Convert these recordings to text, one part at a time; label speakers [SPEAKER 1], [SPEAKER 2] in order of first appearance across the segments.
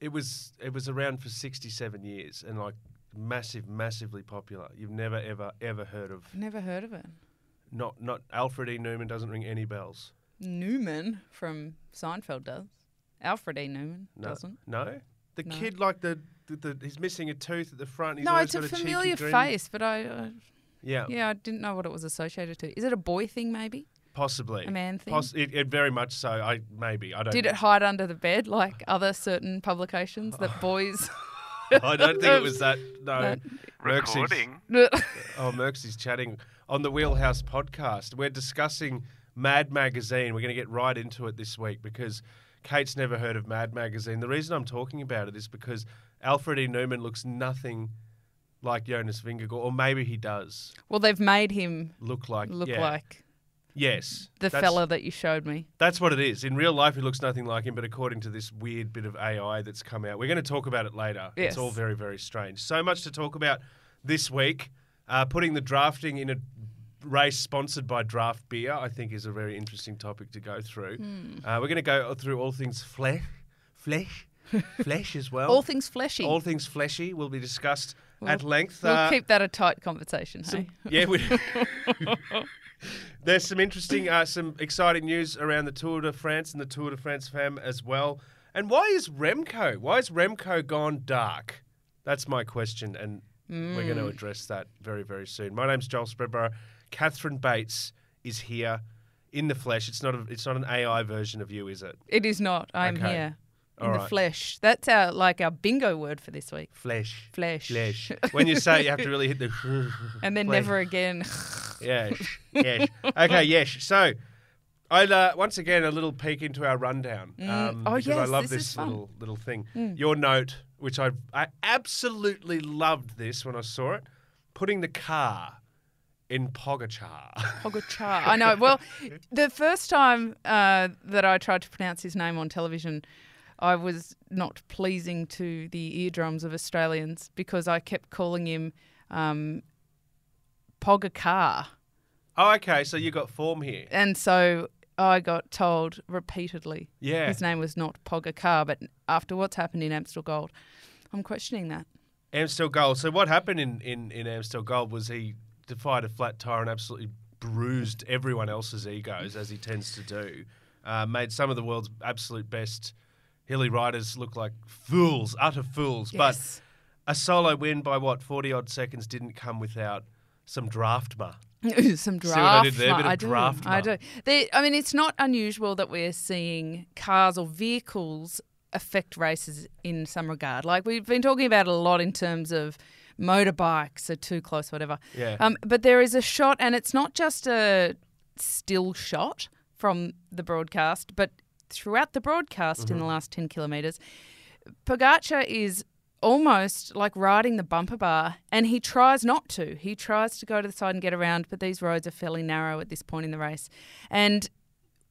[SPEAKER 1] it was it was around for 67 years and like massive massively popular you've never ever ever heard of
[SPEAKER 2] Never heard of it.
[SPEAKER 1] not not alfred e newman doesn't ring any bells
[SPEAKER 2] Newman from Seinfeld does. Alfred E. Newman
[SPEAKER 1] No.
[SPEAKER 2] doesn't.
[SPEAKER 1] no the
[SPEAKER 2] No.
[SPEAKER 1] kid like the, the, the he's missing a tooth at the front he's
[SPEAKER 2] no,
[SPEAKER 1] always
[SPEAKER 2] it's a
[SPEAKER 1] got cheeky Oh.
[SPEAKER 2] familiar
[SPEAKER 1] grin.
[SPEAKER 2] face, but I uh,
[SPEAKER 1] yeah,
[SPEAKER 2] yeah, I didn't know what it was associated to. Is it a boy thing maybe?
[SPEAKER 1] possibly
[SPEAKER 2] A man thing?
[SPEAKER 1] Poss- it, it very much so i maybe i don't
[SPEAKER 2] Did it hide under the bed like other certain publications that boys
[SPEAKER 1] i don't think it was that no
[SPEAKER 2] That-
[SPEAKER 1] Merck's-
[SPEAKER 3] Recording.
[SPEAKER 1] Oh, Merckx is chatting on the Wheelhouse podcast. We're discussing Mad Magazine. We're going to get right into it this week because Kate's never heard of Mad Magazine. The reason I'm talking about it is because Alfred E. Newman looks nothing like Jonas Vingegaard, or maybe he does
[SPEAKER 2] Well, they've made him
[SPEAKER 1] look like.
[SPEAKER 2] look
[SPEAKER 1] yeah.
[SPEAKER 2] like
[SPEAKER 1] Yes.
[SPEAKER 2] the
[SPEAKER 1] that's-
[SPEAKER 2] fella that you showed me.
[SPEAKER 1] That's what it is. In real life, he looks nothing like him, but according to this weird bit of AI that's come out, we're going to talk about it later. It's
[SPEAKER 2] Yes.
[SPEAKER 1] all very, very strange. So much to talk about this week. Uh, putting the drafting in a race sponsored by Draft Beer, I think, is a very interesting topic to go through.
[SPEAKER 2] Hmm.
[SPEAKER 1] Uh, we're going to go through all things flesh, flesh, flesh as well.
[SPEAKER 2] All things fleshy.
[SPEAKER 1] All things fleshy will be discussed at
[SPEAKER 2] We'll-
[SPEAKER 1] length.
[SPEAKER 2] we'll
[SPEAKER 1] Uh,
[SPEAKER 2] keep that a tight conversation. hey?
[SPEAKER 1] yeah, we. There's some interesting, uh, some exciting news around the Tour de France and the Tour de France fam as well. And why is Remco? Why is Remco gone dark? That's my question, and we're going to address that very, very soon. My name's Joel Spreadborough. Catherine Bates is here in the flesh. It's not. A, it's not an AI version of you, is it?
[SPEAKER 2] It is not. I'm
[SPEAKER 1] Okay.
[SPEAKER 2] here in
[SPEAKER 1] All
[SPEAKER 2] the
[SPEAKER 1] right.
[SPEAKER 2] flesh. That's our like our bingo word for this week.
[SPEAKER 1] Flesh.
[SPEAKER 2] Flesh.
[SPEAKER 1] Flesh. when you say it, you have to really hit the.
[SPEAKER 2] And then
[SPEAKER 1] Flesh.
[SPEAKER 2] never again.
[SPEAKER 1] Yes. Yes. okay. Yes. So, I uh, once again a little peek into our rundown. Um,
[SPEAKER 2] Oh,
[SPEAKER 1] because I
[SPEAKER 2] yes,
[SPEAKER 1] love
[SPEAKER 2] this
[SPEAKER 1] this,
[SPEAKER 2] is fun. Mm.
[SPEAKER 1] little little thing. Your note, which I I absolutely loved this when I saw it, putting the car in Pogachar.
[SPEAKER 2] Pogachar. I know. Well, the first time uh, that I tried to pronounce his name on television, I was not pleasing to the eardrums of Australians because I kept calling him um, Pogachar.
[SPEAKER 1] oh, okay. So you got form here.
[SPEAKER 2] And so I got told repeatedly
[SPEAKER 1] Yeah.
[SPEAKER 2] his name was not Pogachar, but after what's happened in Amstel Gold, I'm questioning that.
[SPEAKER 1] Amstel Gold. So what happened in, in, in Amstel Gold was he defied a flat tire and absolutely bruised everyone else's egos, as he tends to do. Uh, made some of the world's absolute best hilly riders look like fools, utter fools.
[SPEAKER 2] Yes.
[SPEAKER 1] But a solo win by what, 40 odd seconds didn't come without some draftma.
[SPEAKER 2] Some draft.
[SPEAKER 1] what I did there? A bit of
[SPEAKER 2] I do.
[SPEAKER 1] draftsman.
[SPEAKER 2] I do. They, I mean, it's not unusual that we're seeing cars or vehicles affect races in some regard. Like we've been talking about it a lot in terms of motorbikes are too close, whatever.
[SPEAKER 1] Yeah.
[SPEAKER 2] Um, but there is a shot, and it's not just a still shot from the broadcast, but throughout the broadcast
[SPEAKER 1] Mm-hmm.
[SPEAKER 2] in the last 10 kilometres, Pogacar is almost like riding the bumper bar and he tries not to. He tries to go to the side and get around, but these roads are fairly narrow at this point in the race. And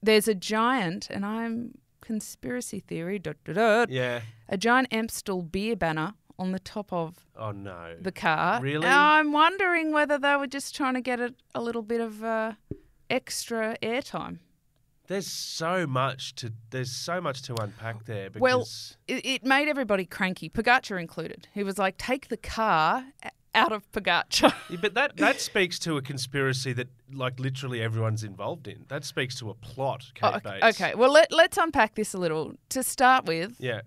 [SPEAKER 2] there's a giant, and I'm conspiracy theory, dot, dot, dot,
[SPEAKER 1] Yeah.
[SPEAKER 2] a giant Amstel beer banner on the top of
[SPEAKER 1] Oh, no.
[SPEAKER 2] the car.
[SPEAKER 1] Really?
[SPEAKER 2] And I'm wondering whether they were just trying to get a, a little bit of uh, extra airtime.
[SPEAKER 1] There's so much to there's so much to unpack there because
[SPEAKER 2] Well, it, it made everybody cranky, Pogacar included. He was like, take the car a- out of Pogacar.
[SPEAKER 1] Yeah, but that that speaks to a conspiracy that like literally everyone's involved in. That speaks to a plot, Kate
[SPEAKER 2] Oh, okay,
[SPEAKER 1] Bates.
[SPEAKER 2] okay, well, let, let's unpack this a little. To start with,
[SPEAKER 1] Yeah.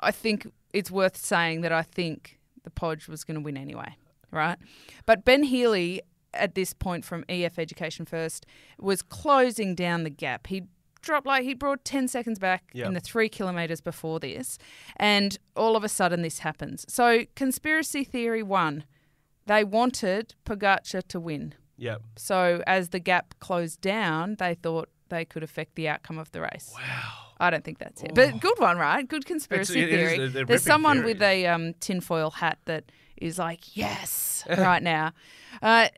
[SPEAKER 2] I think it's worth saying that I think the Podge was going to win anyway, right? But Ben Healy, at this point from EF Education First, was closing down the gap. He dropped like he brought 10 seconds back
[SPEAKER 1] Yeah.
[SPEAKER 2] in the three kilometres before this, and all of a sudden this happens. So, conspiracy theory one they wanted Pogacar to win.
[SPEAKER 1] Yeah.
[SPEAKER 2] So, as the gap closed down, they thought they could affect the outcome of the race.
[SPEAKER 1] Wow.
[SPEAKER 2] I don't think that's it. But good one, right? Good conspiracy
[SPEAKER 1] Oh. it is.
[SPEAKER 2] theory.
[SPEAKER 1] They're- they're
[SPEAKER 2] There's
[SPEAKER 1] ripping
[SPEAKER 2] someone
[SPEAKER 1] theories.
[SPEAKER 2] with a um, tinfoil hat that is like, yes, right now. Uh,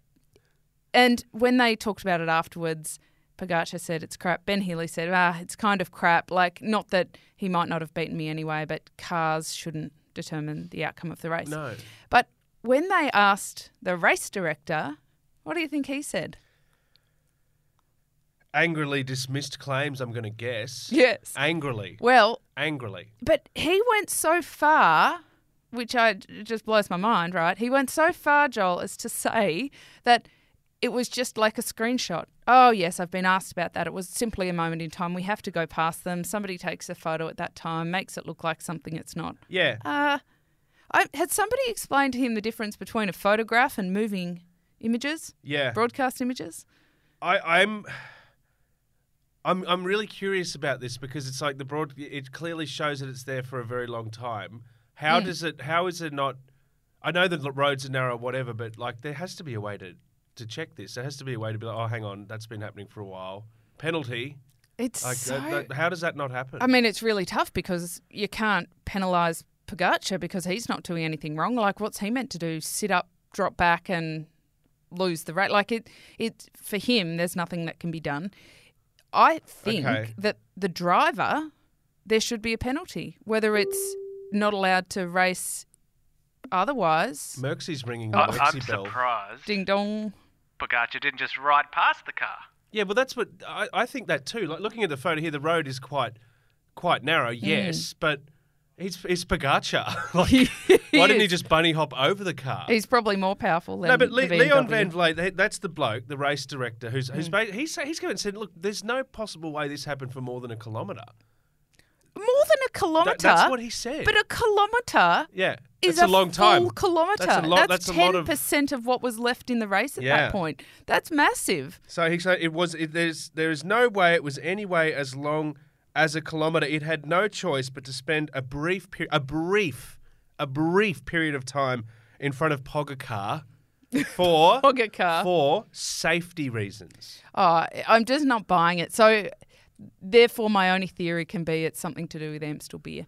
[SPEAKER 2] and when they talked about it afterwards, Pogacar said it's crap. Ben Healy said, ah, it's kind of crap. Like, not that he might not have beaten me anyway, but cars shouldn't determine the outcome of the race.
[SPEAKER 1] No.
[SPEAKER 2] But when they asked the race director, what do you think he said?
[SPEAKER 1] angrily dismissed claims, I'm going to guess.
[SPEAKER 2] Yes.
[SPEAKER 1] Angrily.
[SPEAKER 2] Well,
[SPEAKER 1] Angrily.
[SPEAKER 2] but he went so far, which I it just blows my mind, right? He went so far, Joel, as to say that it was just like a screenshot. Oh yes, I've been asked about that. It was simply a moment in time. We have to go past them. Somebody takes a photo at that time, makes it look like something it's not.
[SPEAKER 1] Yeah.
[SPEAKER 2] Uh, I, had somebody explained to him the difference between a photograph and moving images,
[SPEAKER 1] yeah.
[SPEAKER 2] broadcast images?
[SPEAKER 1] I, I'm. I'm, I'm really curious about this because it's like the broad it clearly shows that it's there for a very long time. How does it how is it not I know the roads are narrow whatever but like there has to be a way to to check this. There has to be a way to be like oh hang on that's been happening for a while. Penalty.
[SPEAKER 2] It's
[SPEAKER 1] Like
[SPEAKER 2] so.
[SPEAKER 1] that, that- how does that not happen?
[SPEAKER 2] I mean, it's really tough because you can't penalise Pogacar because he's not doing anything wrong. Like, what's he meant to do? Sit up, drop back, and lose the rate? Like it, it for him. There's nothing that can be done. I think
[SPEAKER 1] Okay.
[SPEAKER 2] that the driver, there should be a penalty, whether it's not allowed to race otherwise.
[SPEAKER 1] Merxy's ringing the
[SPEAKER 3] I- I'm
[SPEAKER 1] Merxy bell.
[SPEAKER 3] surprised
[SPEAKER 2] Ding dong.
[SPEAKER 3] Pogacar didn't just ride past the car.
[SPEAKER 1] Yeah, well, that's what I, I think that too. Like looking at the photo here, the road is quite quite narrow.
[SPEAKER 2] Mm.
[SPEAKER 1] Yes, but he's it's Pogacar. like, why didn't he
[SPEAKER 2] is.
[SPEAKER 1] just bunny hop over the car?
[SPEAKER 2] He's probably more powerful than
[SPEAKER 1] Uh, no, but
[SPEAKER 2] the
[SPEAKER 1] Le- Leon
[SPEAKER 2] BMW.
[SPEAKER 1] Van Vliet, that- that's the bloke, the race director, who's who's
[SPEAKER 2] Mm.
[SPEAKER 1] ba- he's he's come and said, look, there's no possible way this happened for more than a kilometre.
[SPEAKER 2] more than a kilometre.
[SPEAKER 1] That, that's what he said.
[SPEAKER 2] But a kilometre
[SPEAKER 1] yeah,
[SPEAKER 2] is
[SPEAKER 1] it's a, long time.
[SPEAKER 2] full kilometre.
[SPEAKER 1] That's
[SPEAKER 2] That's,
[SPEAKER 1] a lot- that's a lot of-
[SPEAKER 2] 10% of what was left in the race at
[SPEAKER 1] Yeah.
[SPEAKER 2] that point. That's massive.
[SPEAKER 1] So he said it was. It, there's there is no way it was any way as long as a kilometre. It had no choice but to spend a brief period, a brief, a brief period of time in front of Pogacar for
[SPEAKER 2] Pogacar.
[SPEAKER 1] for safety reasons.
[SPEAKER 2] Oh, I'm just not buying it. So, therefore, my only theory can be it's something to do with Amstel beer.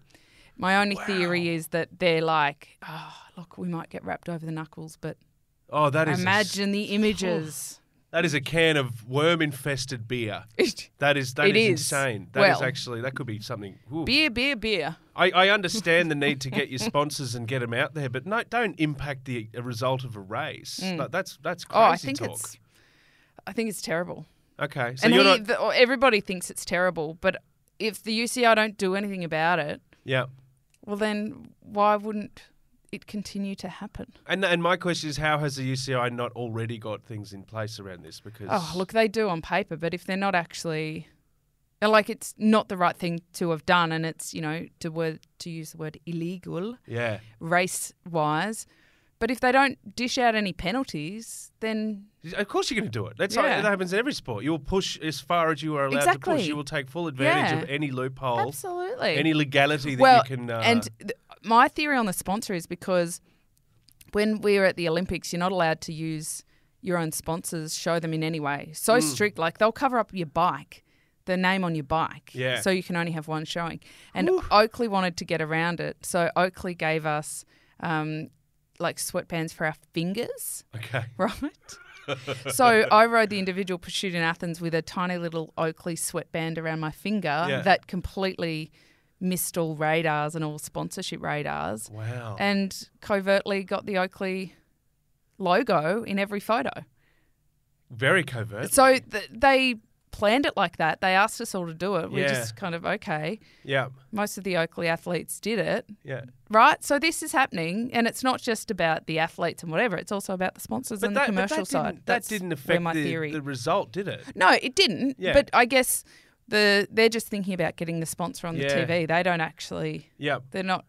[SPEAKER 2] My only theory is that they're like, oh, look, we might get wrapped over the knuckles, but
[SPEAKER 1] Oh, that is a s-
[SPEAKER 2] imagine the images.
[SPEAKER 1] that is a can of worm infested beer. That is that is
[SPEAKER 2] It is.
[SPEAKER 1] insane. That is
[SPEAKER 2] Well-
[SPEAKER 1] actually that could be something. ooh.
[SPEAKER 2] beer, beer, beer.
[SPEAKER 1] I, I understand the need to get your sponsors and get them out there, but no, don't impact the uh, result of a race. Like, that's that's crazy
[SPEAKER 2] Oh, I think
[SPEAKER 1] talk.
[SPEAKER 2] it's, I think it's terrible.
[SPEAKER 1] Okay, so
[SPEAKER 2] and
[SPEAKER 1] you're
[SPEAKER 2] he,
[SPEAKER 1] not.
[SPEAKER 2] the, or everybody thinks it's terrible, but if the UCI don't do anything about it,
[SPEAKER 1] Yeah,
[SPEAKER 2] well, then why wouldn't it continue to happen?
[SPEAKER 1] and and my question is, how has the UCI not already got things in place around this? Because
[SPEAKER 2] Oh, look, they do on paper, but if they're not actually, uh, like, it's not the right thing to have done, and it's you know to word to use the word illegal
[SPEAKER 1] yeah,
[SPEAKER 2] race wise. But if they don't dish out any penalties, then
[SPEAKER 1] of course you're going to do it. That's
[SPEAKER 2] Yeah.
[SPEAKER 1] like, that happens in every sport. You will push as far as you are allowed to push.
[SPEAKER 2] Exactly.
[SPEAKER 1] You will take full advantage of
[SPEAKER 2] Yeah.
[SPEAKER 1] any loophole,
[SPEAKER 2] absolutely
[SPEAKER 1] any legality that
[SPEAKER 2] well,
[SPEAKER 1] you can. Uh,
[SPEAKER 2] and th- my theory on the sponsor is because when we were at the Olympics, you're not allowed to use your own sponsors, show them in any way. So
[SPEAKER 1] Hmm.
[SPEAKER 2] strict, like they'll cover up your bike, the name on your bike.
[SPEAKER 1] Yeah.
[SPEAKER 2] So you can only have one showing. And Oakley wanted to get around it. So Oakley gave us um, like sweatbands for our fingers
[SPEAKER 1] okay,
[SPEAKER 2] right? so I rode the individual pursuit in Athens with a tiny little Oakley sweatband around my finger
[SPEAKER 1] Yeah.
[SPEAKER 2] that completely missed all radars and all sponsorship radars,
[SPEAKER 1] wow,
[SPEAKER 2] and covertly got the Oakley logo in every photo.
[SPEAKER 1] very covert.
[SPEAKER 2] So th- they planned it like that. They asked us all to do it. We
[SPEAKER 1] Yeah.
[SPEAKER 2] just kind of okay.
[SPEAKER 1] yeah,
[SPEAKER 2] Most of the Oakley athletes did it.
[SPEAKER 1] yeah.
[SPEAKER 2] Right, so this is happening, and it's not just about the athletes and whatever. It's also about the sponsors and the commercial
[SPEAKER 1] that
[SPEAKER 2] side.
[SPEAKER 1] Didn't, that
[SPEAKER 2] That's
[SPEAKER 1] didn't
[SPEAKER 2] where
[SPEAKER 1] affect
[SPEAKER 2] my
[SPEAKER 1] the,
[SPEAKER 2] theory.
[SPEAKER 1] the result, did it?
[SPEAKER 2] No, it didn't.
[SPEAKER 1] Yeah.
[SPEAKER 2] But I guess the they're just thinking about getting the sponsor on the
[SPEAKER 1] Yeah.
[SPEAKER 2] TV. They don't actually.
[SPEAKER 1] Yeah.
[SPEAKER 2] They're not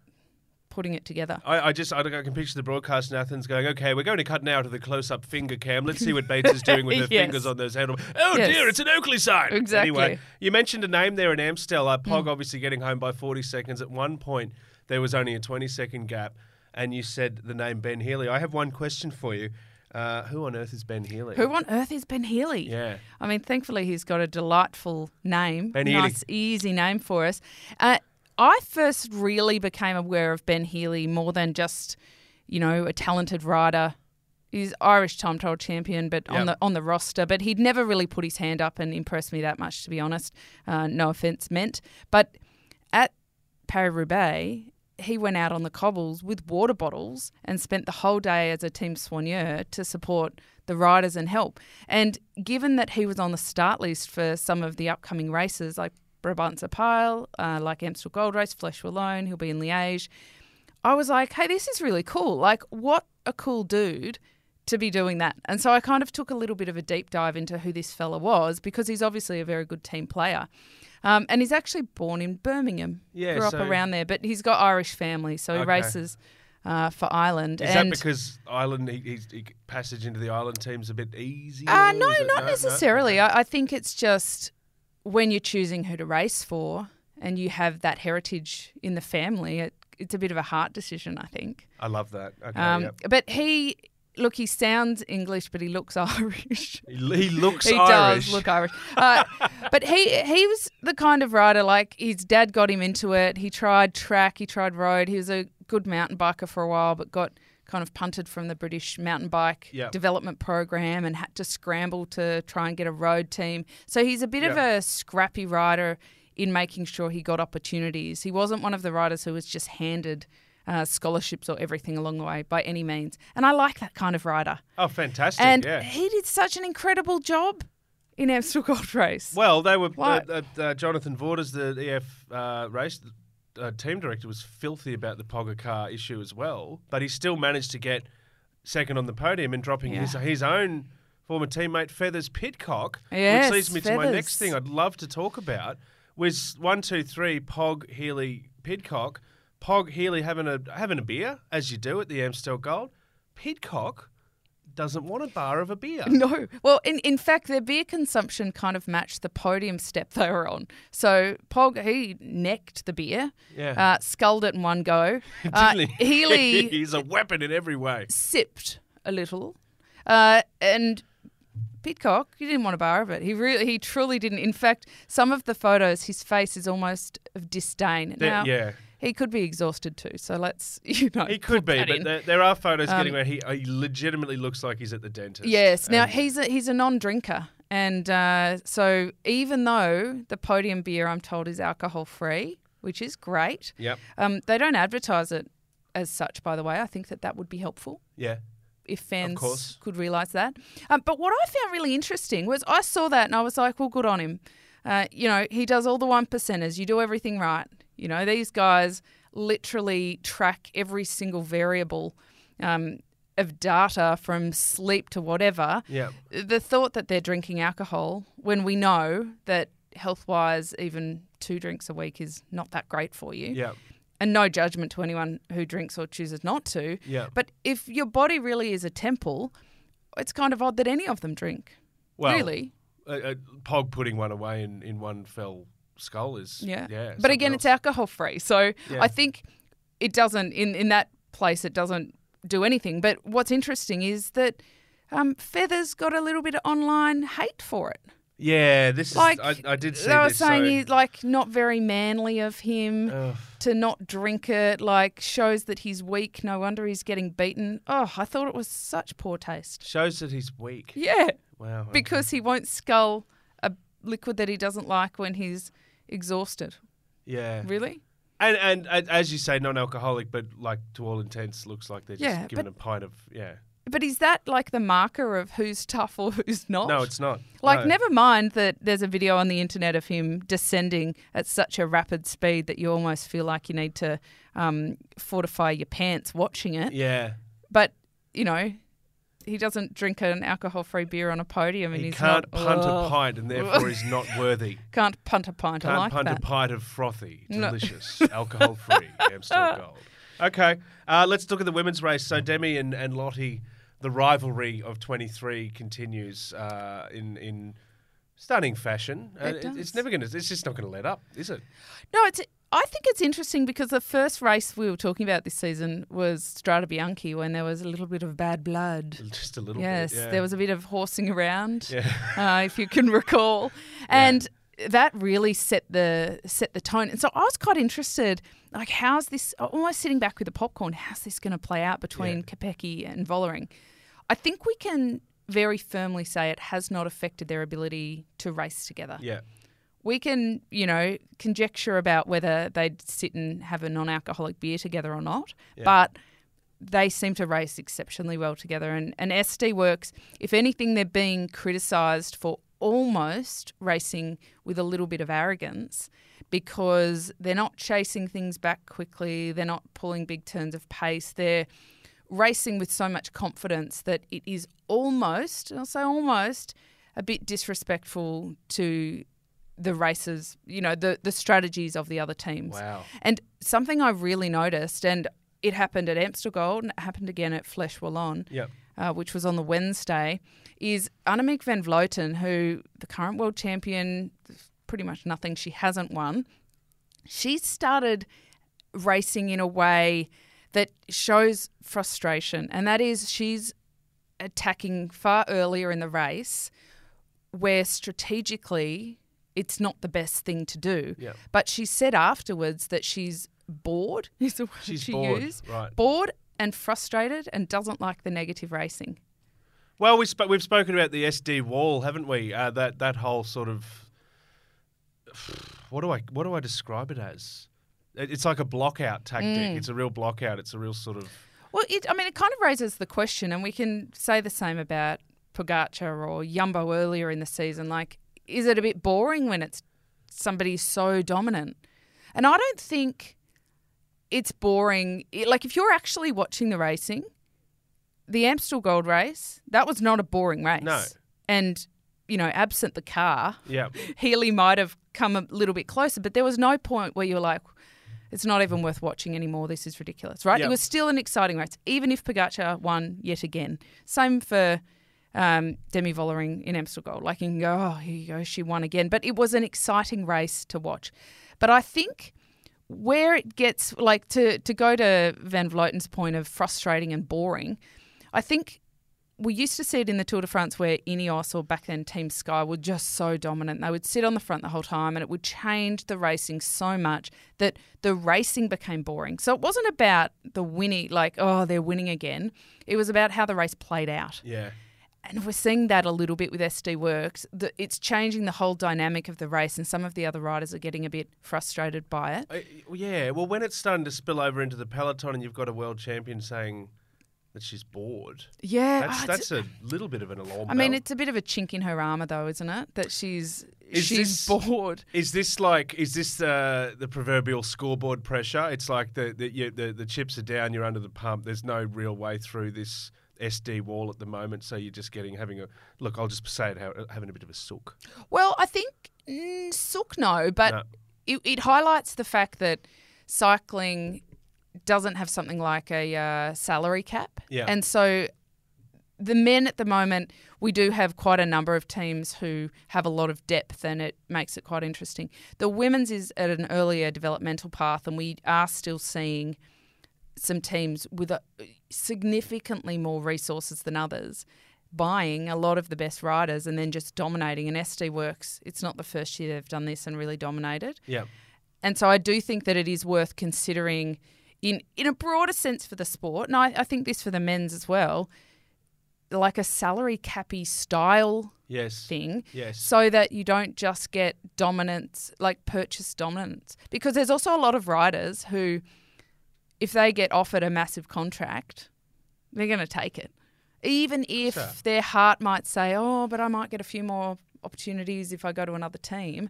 [SPEAKER 2] putting it together.
[SPEAKER 1] I, I just I, I can picture the broadcast in Athens going, okay, we're going to cut now to the close-up finger cam. Let's see what Bates is doing with her
[SPEAKER 2] Yes.
[SPEAKER 1] fingers on those handles. Oh
[SPEAKER 2] Yes.
[SPEAKER 1] dear, it's an Oakley sign.
[SPEAKER 2] Exactly.
[SPEAKER 1] Anyway, you mentioned a name there in Amstel. Uh, Pog obviously getting home by 40 seconds. At one point, there was only a 20-second gap, and you said the name Ben Healy. I have one question for you. Uh, who on earth is Ben Healy?
[SPEAKER 2] Who on earth is Ben Healy?
[SPEAKER 1] Yeah.
[SPEAKER 2] I mean, thankfully he's got a delightful name,
[SPEAKER 1] Ben Healy.
[SPEAKER 2] nice easy name for us. Uh, I first really became aware of Ben Healy more than just, you know, a talented rider. He's Irish time trial champion, but
[SPEAKER 1] Yep.
[SPEAKER 2] on the on the roster, but he'd never really put his hand up and impressed me that much, to be honest. Uh, no offense meant, but at Paris Roubaix, he went out on the cobbles with water bottles and spent the whole day as a team soigneur to support the riders and help. And given that he was on the start list for some of the upcoming races like Brabantse Pile, uh, like Amstel Gold Race, Flesh Alone, he'll be in Liège. I was like, hey, this is really cool. Like, what a cool dude to be doing that. And so I kind of took a little bit of a deep dive into who this fella was because he's obviously a very good team player. Um, and he's actually born in Birmingham.
[SPEAKER 1] Yeah,
[SPEAKER 2] Grew up
[SPEAKER 1] so-
[SPEAKER 2] around there, but he's got Irish family, so he
[SPEAKER 1] Okay.
[SPEAKER 2] races uh, for Ireland.
[SPEAKER 1] Is that
[SPEAKER 2] and
[SPEAKER 1] because Ireland he, he's, he, passage into the Ireland team's a bit easier?
[SPEAKER 2] Uh, no,
[SPEAKER 1] Is it-
[SPEAKER 2] not necessarily. I, I think it's just when you're choosing who to race for and you have that heritage in the family, it, it's a bit of a heart decision, I think.
[SPEAKER 1] I love that. Okay,
[SPEAKER 2] Um,
[SPEAKER 1] yep.
[SPEAKER 2] But he, look, he sounds English, but he looks Irish.
[SPEAKER 1] he, he looks
[SPEAKER 2] he
[SPEAKER 1] Irish.
[SPEAKER 2] does look Irish. Uh, but he he was the kind of rider like his dad got him into it. He tried track, he tried road. He was a good mountain biker for a while, but got kind of punted from the British mountain bike
[SPEAKER 1] Yep.
[SPEAKER 2] development program and had to scramble to try and get a road team. So he's a bit of
[SPEAKER 1] Yep.
[SPEAKER 2] a scrappy rider in making sure he got opportunities. He wasn't one of the riders who was just handed uh, scholarships or everything along the way by any means. And I like that kind of rider.
[SPEAKER 1] oh, fantastic!
[SPEAKER 2] And
[SPEAKER 1] yeah.
[SPEAKER 2] he did such an incredible job in Amstel Gold Race.
[SPEAKER 1] Well, they were.
[SPEAKER 2] What?
[SPEAKER 1] Uh, uh, uh, Jonathan Vorders, the EF uh, race uh, team director, was filthy about the Pogacar issue as well, but he still managed to get second on the podium and dropping his his own former teammate Feathers Pidcock,
[SPEAKER 2] Yes,
[SPEAKER 1] which leads me to my next
[SPEAKER 2] Feathers.
[SPEAKER 1] thing I'd love to talk about was one, two, three, Pog Healy Pidcock, Pog Healy having a having a beer as you do at the Amstel Gold, Pidcock. Doesn't want a bar of a beer.
[SPEAKER 2] No. Well, in, in fact, their beer consumption kind of matched the podium step they were on. So Pog, he necked the beer,
[SPEAKER 1] Yeah.
[SPEAKER 2] uh, sculled it in one go. Uh,
[SPEAKER 1] Didn't he?
[SPEAKER 2] Healy
[SPEAKER 1] He's a weapon in every way.
[SPEAKER 2] sipped a little, uh, and Pitcock he didn't want a bar of it. He really, he truly didn't. In fact, some of the photos, his face is almost of disdain.
[SPEAKER 1] There-
[SPEAKER 2] now,
[SPEAKER 1] yeah.
[SPEAKER 2] he could be exhausted too. So let's, you know,
[SPEAKER 1] He could be,
[SPEAKER 2] that
[SPEAKER 1] but
[SPEAKER 2] in.
[SPEAKER 1] there, there are photos
[SPEAKER 2] Um,
[SPEAKER 1] getting where he, he legitimately looks like he's at the dentist.
[SPEAKER 2] Yes. Now
[SPEAKER 1] And-
[SPEAKER 2] he's a, he's a non-drinker, and uh, so even though the podium beer, I'm told, is alcohol-free, which is great.
[SPEAKER 1] Yep.
[SPEAKER 2] Um, they don't advertise it as such, by the way. I think that that would be helpful
[SPEAKER 1] Yeah.
[SPEAKER 2] if fans
[SPEAKER 1] course.
[SPEAKER 2] could realise that. Um, but what I found really interesting was I saw that and I was like, well, good on him. Uh, you know, he does all the one percenters. You do everything right. You know, these guys literally track every single variable um, of data from sleep to whatever
[SPEAKER 1] Yeah.
[SPEAKER 2] the thought that they're drinking alcohol when we know that health wise, even two drinks a week is not that great for you.
[SPEAKER 1] Yeah.
[SPEAKER 2] And no judgment to anyone who drinks or chooses not to.
[SPEAKER 1] Yeah.
[SPEAKER 2] But if your body really is a temple, it's kind of odd that any of them drink.
[SPEAKER 1] Well,
[SPEAKER 2] really?
[SPEAKER 1] Uh, uh, Pog putting one away in, in one fell skull is.
[SPEAKER 2] Yeah.
[SPEAKER 1] yeah
[SPEAKER 2] but again, it's
[SPEAKER 1] out.
[SPEAKER 2] alcohol free. So
[SPEAKER 1] Yeah.
[SPEAKER 2] I think it doesn't, in, in that place, it doesn't do anything. But what's interesting is that um, Feathers got a little bit of online hate for it.
[SPEAKER 1] Yeah, this
[SPEAKER 2] like
[SPEAKER 1] is. I, I did see
[SPEAKER 2] they were
[SPEAKER 1] this.
[SPEAKER 2] saying
[SPEAKER 1] so- Uh.
[SPEAKER 2] he's like not very manly of him
[SPEAKER 1] Ugh.
[SPEAKER 2] to not drink it like shows that he's weak no wonder he's getting beaten oh i thought it was such poor taste
[SPEAKER 1] shows that he's weak.
[SPEAKER 2] yeah
[SPEAKER 1] Wow. okay.
[SPEAKER 2] because he won't scull a liquid that he doesn't like when he's exhausted
[SPEAKER 1] Yeah.
[SPEAKER 2] really
[SPEAKER 1] And, and and as you say, non-alcoholic, but like to all intents, looks like they're just
[SPEAKER 2] Yeah,
[SPEAKER 1] given
[SPEAKER 2] but-
[SPEAKER 1] a pint of yeah.
[SPEAKER 2] but is that like the marker of who's tough or who's not
[SPEAKER 1] No, it's not.
[SPEAKER 2] Oh. like
[SPEAKER 1] No.
[SPEAKER 2] never mind that there's a video on the internet of him descending at such a rapid speed that you almost feel like you need to um, fortify your pants watching it
[SPEAKER 1] Yeah.
[SPEAKER 2] but you know, he doesn't drink an alcohol-free beer on a podium, and
[SPEAKER 1] He
[SPEAKER 2] he's
[SPEAKER 1] can't
[SPEAKER 2] not oh.
[SPEAKER 1] punt
[SPEAKER 2] Ugh.
[SPEAKER 1] a pint, and therefore he's not worthy.
[SPEAKER 2] Can't punt a pint. I
[SPEAKER 1] Can't
[SPEAKER 2] like
[SPEAKER 1] punt
[SPEAKER 2] that.
[SPEAKER 1] a pint of frothy,
[SPEAKER 2] No.
[SPEAKER 1] delicious, alcohol free Amstel Gold. Okay, uh, let's look at the women's race. So Demi and, and Lottie, the rivalry of 23 continues uh, in in stunning fashion. Uh,
[SPEAKER 2] It
[SPEAKER 1] it-
[SPEAKER 2] does.
[SPEAKER 1] It's never gonna. It's just not gonna let up, is it?
[SPEAKER 2] No, it's. I think it's interesting because the first race we were talking about this season was Strada Bianchi, when there was a little bit of bad blood.
[SPEAKER 1] Just a little
[SPEAKER 2] Yes,
[SPEAKER 1] bit. yeah.
[SPEAKER 2] there was a bit of horsing around,
[SPEAKER 1] Yeah.
[SPEAKER 2] uh, if you can recall, and that really set the set the tone. And so I was quite interested, like, how's this? Almost sitting back with the popcorn, how's this going to play out between Capecchi and Vollering? I think we can very firmly say it has not affected their ability to race together
[SPEAKER 1] Yeah.
[SPEAKER 2] we can, you know, conjecture about whether they'd sit and have a non alcoholic beer together or not. But they seem to race exceptionally well together. And, and SD Works, if anything, they're being criticised for almost racing with a little bit of arrogance because they're not chasing things back quickly, they're not pulling big turns of pace, they're racing with so much confidence that it is almost, and I'll say almost, a bit disrespectful to the races, you know, the, the strategies of the other teams.
[SPEAKER 1] Wow.
[SPEAKER 2] And something I really noticed, and it happened at Amstelgold and it happened again at Flesh Wallon,
[SPEAKER 1] Yep.
[SPEAKER 2] uh, which was on the Wednesday, is Annemiek van Vleuten, who the current world champion, pretty much nothing she hasn't won. She started racing in a way that shows frustration, and that is she's attacking far earlier in the race where strategically it's not the best thing to do.
[SPEAKER 1] Yeah.
[SPEAKER 2] But she said afterwards that she's bored, is the word
[SPEAKER 1] She's
[SPEAKER 2] she
[SPEAKER 1] bored,
[SPEAKER 2] used.
[SPEAKER 1] right.
[SPEAKER 2] Bored and frustrated and doesn't like the negative racing.
[SPEAKER 1] Well, we sp- we've spoken about the SD wall, haven't we? Uh, that that whole sort of what do I what do I describe it as? It- It's like a blockout tactic.
[SPEAKER 2] Mm.
[SPEAKER 1] It's a real blockout. It's a real sort of
[SPEAKER 2] Well, it, I mean, it kind of raises the question, and we can say the same about Pogacar or Jumbo earlier in the season. Like, is it a bit boring when it's somebody so dominant? And I don't think it's boring. It- like, if you're actually watching the racing, the Amstel Gold race, that was not a boring race.
[SPEAKER 1] No.
[SPEAKER 2] And, you know, absent the car,
[SPEAKER 1] yeah.
[SPEAKER 2] Healy might have come a little bit closer, but there was no point where you were like, it's not even worth watching anymore. This is ridiculous, right?
[SPEAKER 1] Yeah.
[SPEAKER 2] It was still an exciting race, even if Pogacar won yet again. Same for um, Demi Vollering in Amstelgold. Like you can go, oh, here you go, she won again. But it was an exciting race to watch. But I think where it gets like to to go to Van Vleuten's point of frustrating and boring, I think we used to see it in the Tour de France where Ineos or back then Team Sky were just so dominant. They would sit on the front the whole time and it would change the racing so much that the racing became boring. So it wasn't about the winning, like, oh, they're winning again. It was about how the race played out.
[SPEAKER 1] Yeah.
[SPEAKER 2] And we're seeing that a little bit with SD Works. The, it's changing the whole dynamic of the race, and some of the other riders are getting a bit frustrated by it.
[SPEAKER 1] I, yeah. Well, when it's starting to spill over into the peloton, and you've got a world champion saying that she's bored,
[SPEAKER 2] Yeah.
[SPEAKER 1] that's
[SPEAKER 2] oh, it's-
[SPEAKER 1] that's a little bit of an alarm.
[SPEAKER 2] I mean,
[SPEAKER 1] bell.
[SPEAKER 2] it's a bit of a chink in her armor, though, isn't it? That she's
[SPEAKER 1] Is this-
[SPEAKER 2] she's bored.
[SPEAKER 1] Is this like is this uh, the the proverbial scoreboard pressure? It's like the the, you, the the chips are down. You're under the pump. There's no real way through this SD wall at the moment. So you're just getting having a look. I'll just say it how, having a bit of a sook.
[SPEAKER 2] Well, I think mm, Sook no, but
[SPEAKER 1] No.
[SPEAKER 2] It, it highlights the fact that cycling doesn't have something like a uh, salary cap,
[SPEAKER 1] Yeah.
[SPEAKER 2] and so the men at the moment we do have quite a number of teams who have a lot of depth, and it makes it quite interesting. The women's is at an earlier developmental path, and we are still seeing some teams with a, significantly more resources than others buying a lot of the best riders and then just dominating and SD works it's not the first year they've done this and really dominated
[SPEAKER 1] Yeah.
[SPEAKER 2] and so I do think that it is worth considering in in a broader sense for the sport and I, I think this for the men's as well like a salary cappy style
[SPEAKER 1] Yes.
[SPEAKER 2] thing
[SPEAKER 1] Yes.
[SPEAKER 2] so that you don't just get dominance, like purchase dominance. Because there's also a lot of riders who, if they get offered a massive contract, they're going to take it. Even if
[SPEAKER 1] Sure.
[SPEAKER 2] their heart might say, oh, but I might get a few more opportunities if I go to another team.